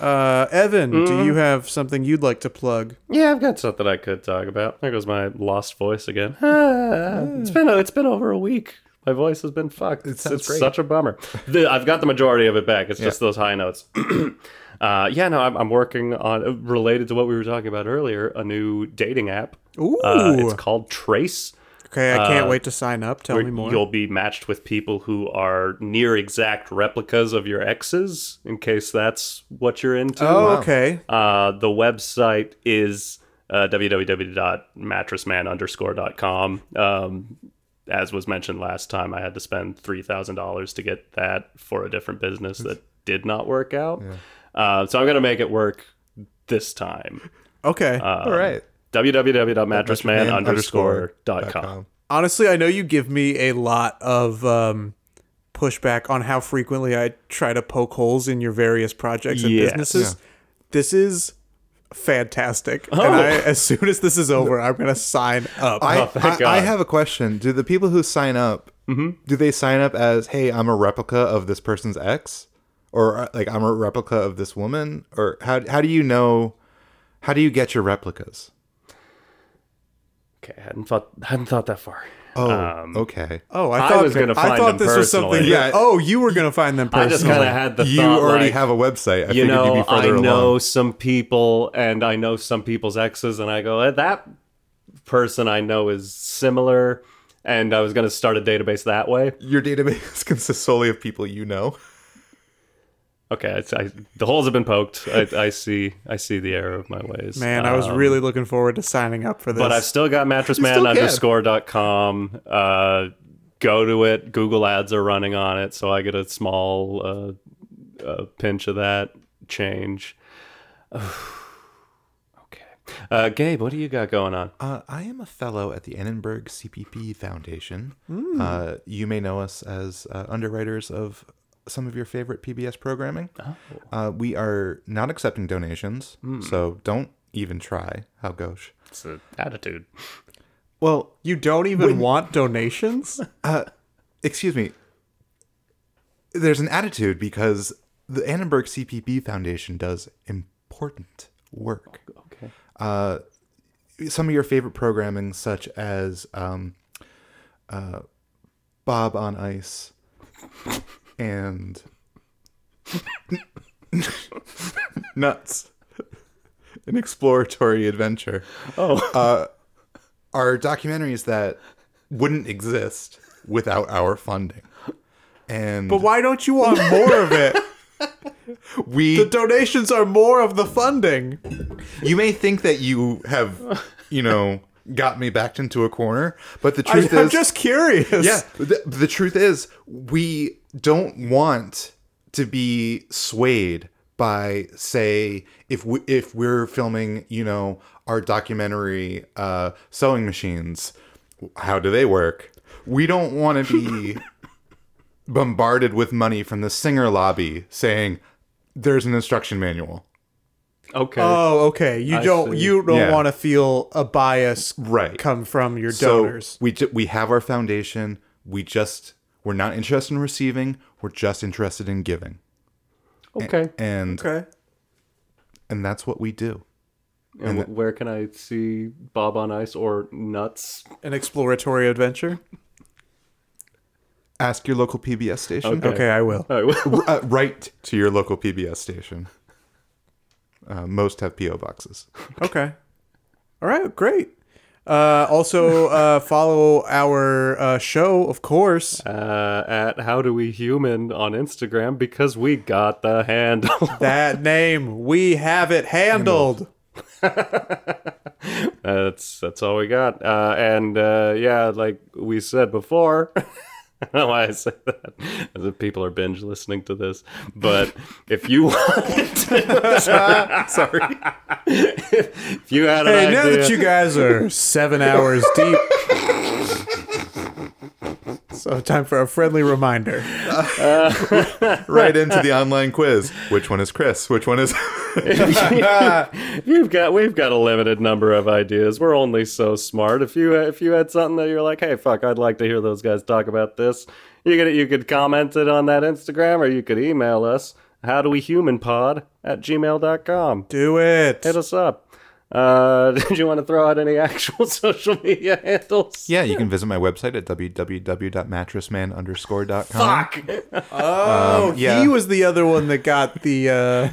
Uh, Evan, do
Mm.
you have something you'd like to plug?
Yeah, I've got something I could talk about. There goes my lost voice again. Ah, it's been it's been over a week. My voice has been fucked. It's,
sounds
it's
great.
such a bummer. The- I've got the majority of it back. It's just those high notes. uh, yeah, no, I'm, I'm working on uh, related to what we were talking about earlier. A new dating app.
Ooh.
Uh, it's called Trace.
Okay, I
Uh,
can't wait to sign up. Tell me more.
You'll be matched with people who are near exact replicas of your exes, in case that's what you're into.
Oh, okay.
Uh, the website is uh, www.mattressman underscore.com. Um, as was mentioned last time, I had to spend $3,000 to get that for a different business that did not work out. Uh, so I'm going to make it work this time. Um,
Okay.
All right.
www.mattressman
underscore
underscore.com.
Honestly, I know you give me a lot of um, pushback on how frequently I try to poke holes in your various projects and
Yes.
businesses. This is fantastic. And I, as soon as this is over, I'm going to sign up.
I, I,
Oh, God.
Oh,
Mm-hmm.
I have a question. Do the people who sign up, do they sign up as, hey, I'm a replica of this person's ex? Or uh, like, I'm a replica of this woman? Or how, how do you know? How do you get your replicas?
Okay, I hadn't thought, hadn't thought that far.
Oh, okay.
oh, I
Um, I
thought
was gonna
I
find
thought
them
this was something.
personally.
that-
Yeah.
oh, you were going to find them
I just
personally.
kind of had the
You
thought,
already
like,
have a website.
you
I figured
know,
you'd be
I
further
know
along.
some people and I know some people's exes, and I go, "Eh, that person I know is similar. And I was going to start a database that way.
Your database consists solely of people you know.
Okay, I, I, the holes have been poked. I, I see. I see the error of my ways. Uh,
Man, I was really looking forward to signing up for this.
but I've still got mattressman underscore dot com. Uh, go to it. Google ads are running on it, so I get a small uh, uh, pinch of that change. okay, uh, Gabe, what do you got going on?
Uh, I am a fellow at the Annenberg CPP Foundation. Uh, you may know us as uh, underwriters of some of your favorite PBS programming. Uh, we are not accepting donations, so don't even try. How gauche.
It's an attitude.
Well,
you don't even want donations?
excuse me. there's an attitude because the Annenberg CPB Foundation does important work.
Okay.
Some of your favorite programming, such as um, uh, Bob on Ice and Nuts, an exploratory adventure, Uh,
Oh,
are documentaries that wouldn't exist without our funding. And
But why don't you want more of it?
we
The donations are more of the funding.
You may think that you have, you know, got me backed into a corner, but the
I,
truth
am
is,
just curious.
yeah, the, the truth is, we don't want to be swayed by, say, if we if we're filming, you know, our documentary, uh, sewing machines, how do they work? We don't want to be bombarded with money from the singer lobby saying there's an instruction manual.
okay.
Oh, okay. You don't
see.
you don't
Yeah.
want to feel a bias
Right.
come from your
So
donors.
we ju- we have our foundation. We just we're not interested in receiving. We're just interested in giving,
okay.
and
okay.
and that's what we do.
And wh- where can I see Bob on Ice or Nuts?
An exploratory adventure.
Ask your local PBS station.
Okay.
Okay, I will.
Oh,
R- uh, write to your local PBS station. Uh, most have PO boxes.
Okay. All right, great. Uh, also, uh, follow our uh, show, of course.
uh, at How Do We Human on Instagram because we got the handle.
That name, we have it handled.
that's that's all we got. Uh, and uh, yeah, like we said before, I don't know why I say that. The people are binge listening to this, but if you want, sorry, if you had an
Hey,
idea,
now that you guys are seven hours deep. So, time for a friendly reminder.
Right into the online quiz. Which one is Chris? Which one is?
You've got we've got a limited number of ideas. We're only so smart. If you if you had something that you're like, hey, fuck, I'd like to hear those guys talk about this. You could you could comment it on that Instagram or you could email us. How do we human pod at gmail.com.
Do it.
Hit us up. Uh, did you want to throw out any actual social media handles?
yeah, you can visit my website at www.mattressman underscore dot com.
Fuck.
Oh,
Um, yeah.
he was the other one that got the uh,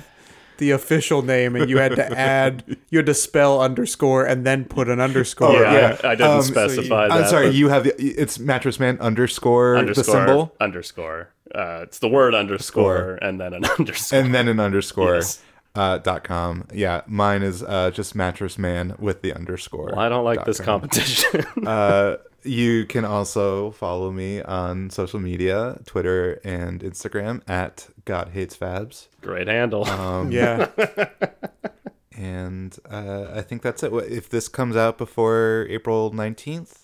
the official name, and you had to add, you had to spell underscore and then put an underscore.
Yeah,
yeah.
I, I didn't
Um, so
specify that.
I'm sorry,
but
you have the, it's mattressman underscore,
underscore
the symbol
underscore. Uh, it's the word underscore and then an underscore.
and then an underscore
Yes.
uh, dot com. Yeah, mine is uh, just mattressman with the underscore.
I don't like this competition.
Uh, you can also follow me on social media, Twitter and Instagram at God Hates Fabs.
Great handle.
Uh-huh.
Yeah.
Um, And uh, I think that's it. Wh- If this comes out before April 19th,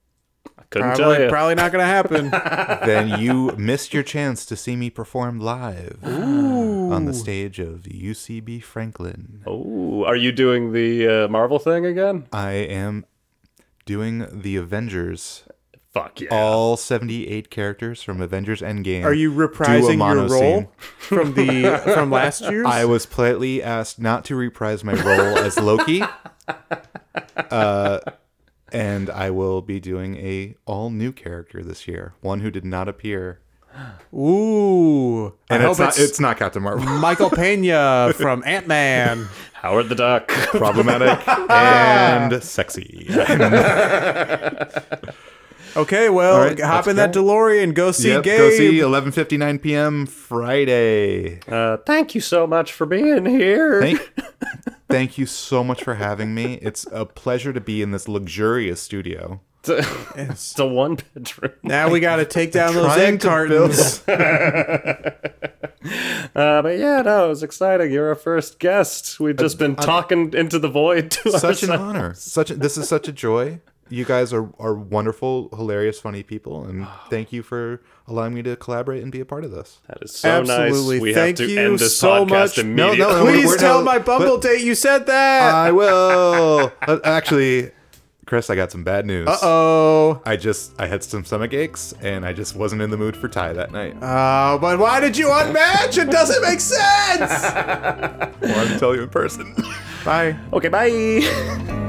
I couldn't tell
Probably,
you.
probably not going to happen.
then you missed your chance to see me perform live on the stage of UCB Franklin.
Oh. Ooh, are you doing the uh, Marvel thing again?
I am doing the Avengers,
Fuck yeah.
Oh.
all 78 characters from Avengers Endgame.
Are you
do a
reprising
mono
your
scene.
role from the from last year's?
I was politely asked not to reprise my role as Loki. Uh, and I will be doing a all new character this year, one who did not appear.
Ooh,
And
I hope
it's not,
it's,
it's not Captain Marvel.
Michael Pena from Ant Man.
Howard the Duck.
Problematic and sexy.
Okay, well,
right,
hop
that's
in that
great.
DeLorean, go see
yep,
Gabe.
go see 11:59 p.m. Friday.
uh, thank you so much for being here.
Thank, thank you so much for having me. It's a pleasure to be in this luxurious studio.
it's a one bedroom.
now we got to take down those
Trying
egg
to
cartons.
Uh, but yeah, no, it was exciting. You're our first guest. We've just been talking into the void to
Such an
ourselves.
honor. Such a, this is such a joy. You guys are are wonderful, hilarious, funny people, and thank you for allowing me to collaborate and be a part of this.
That is so
Absolutely.
nice. We
Thank
have to
you
end this
so
podcast
much. No, no,
immediately.
no,
Please
We're
tell
now-
my Bumble date you said that.
I will. Uh, Actually, Chris, I got some bad news.
Uh oh.
I just I had some stomach aches and I just wasn't in the mood for Thai that night.
Oh, but why did you unmatch? It doesn't make sense.
I wanted to tell you in person.
Bye.
Okay, bye.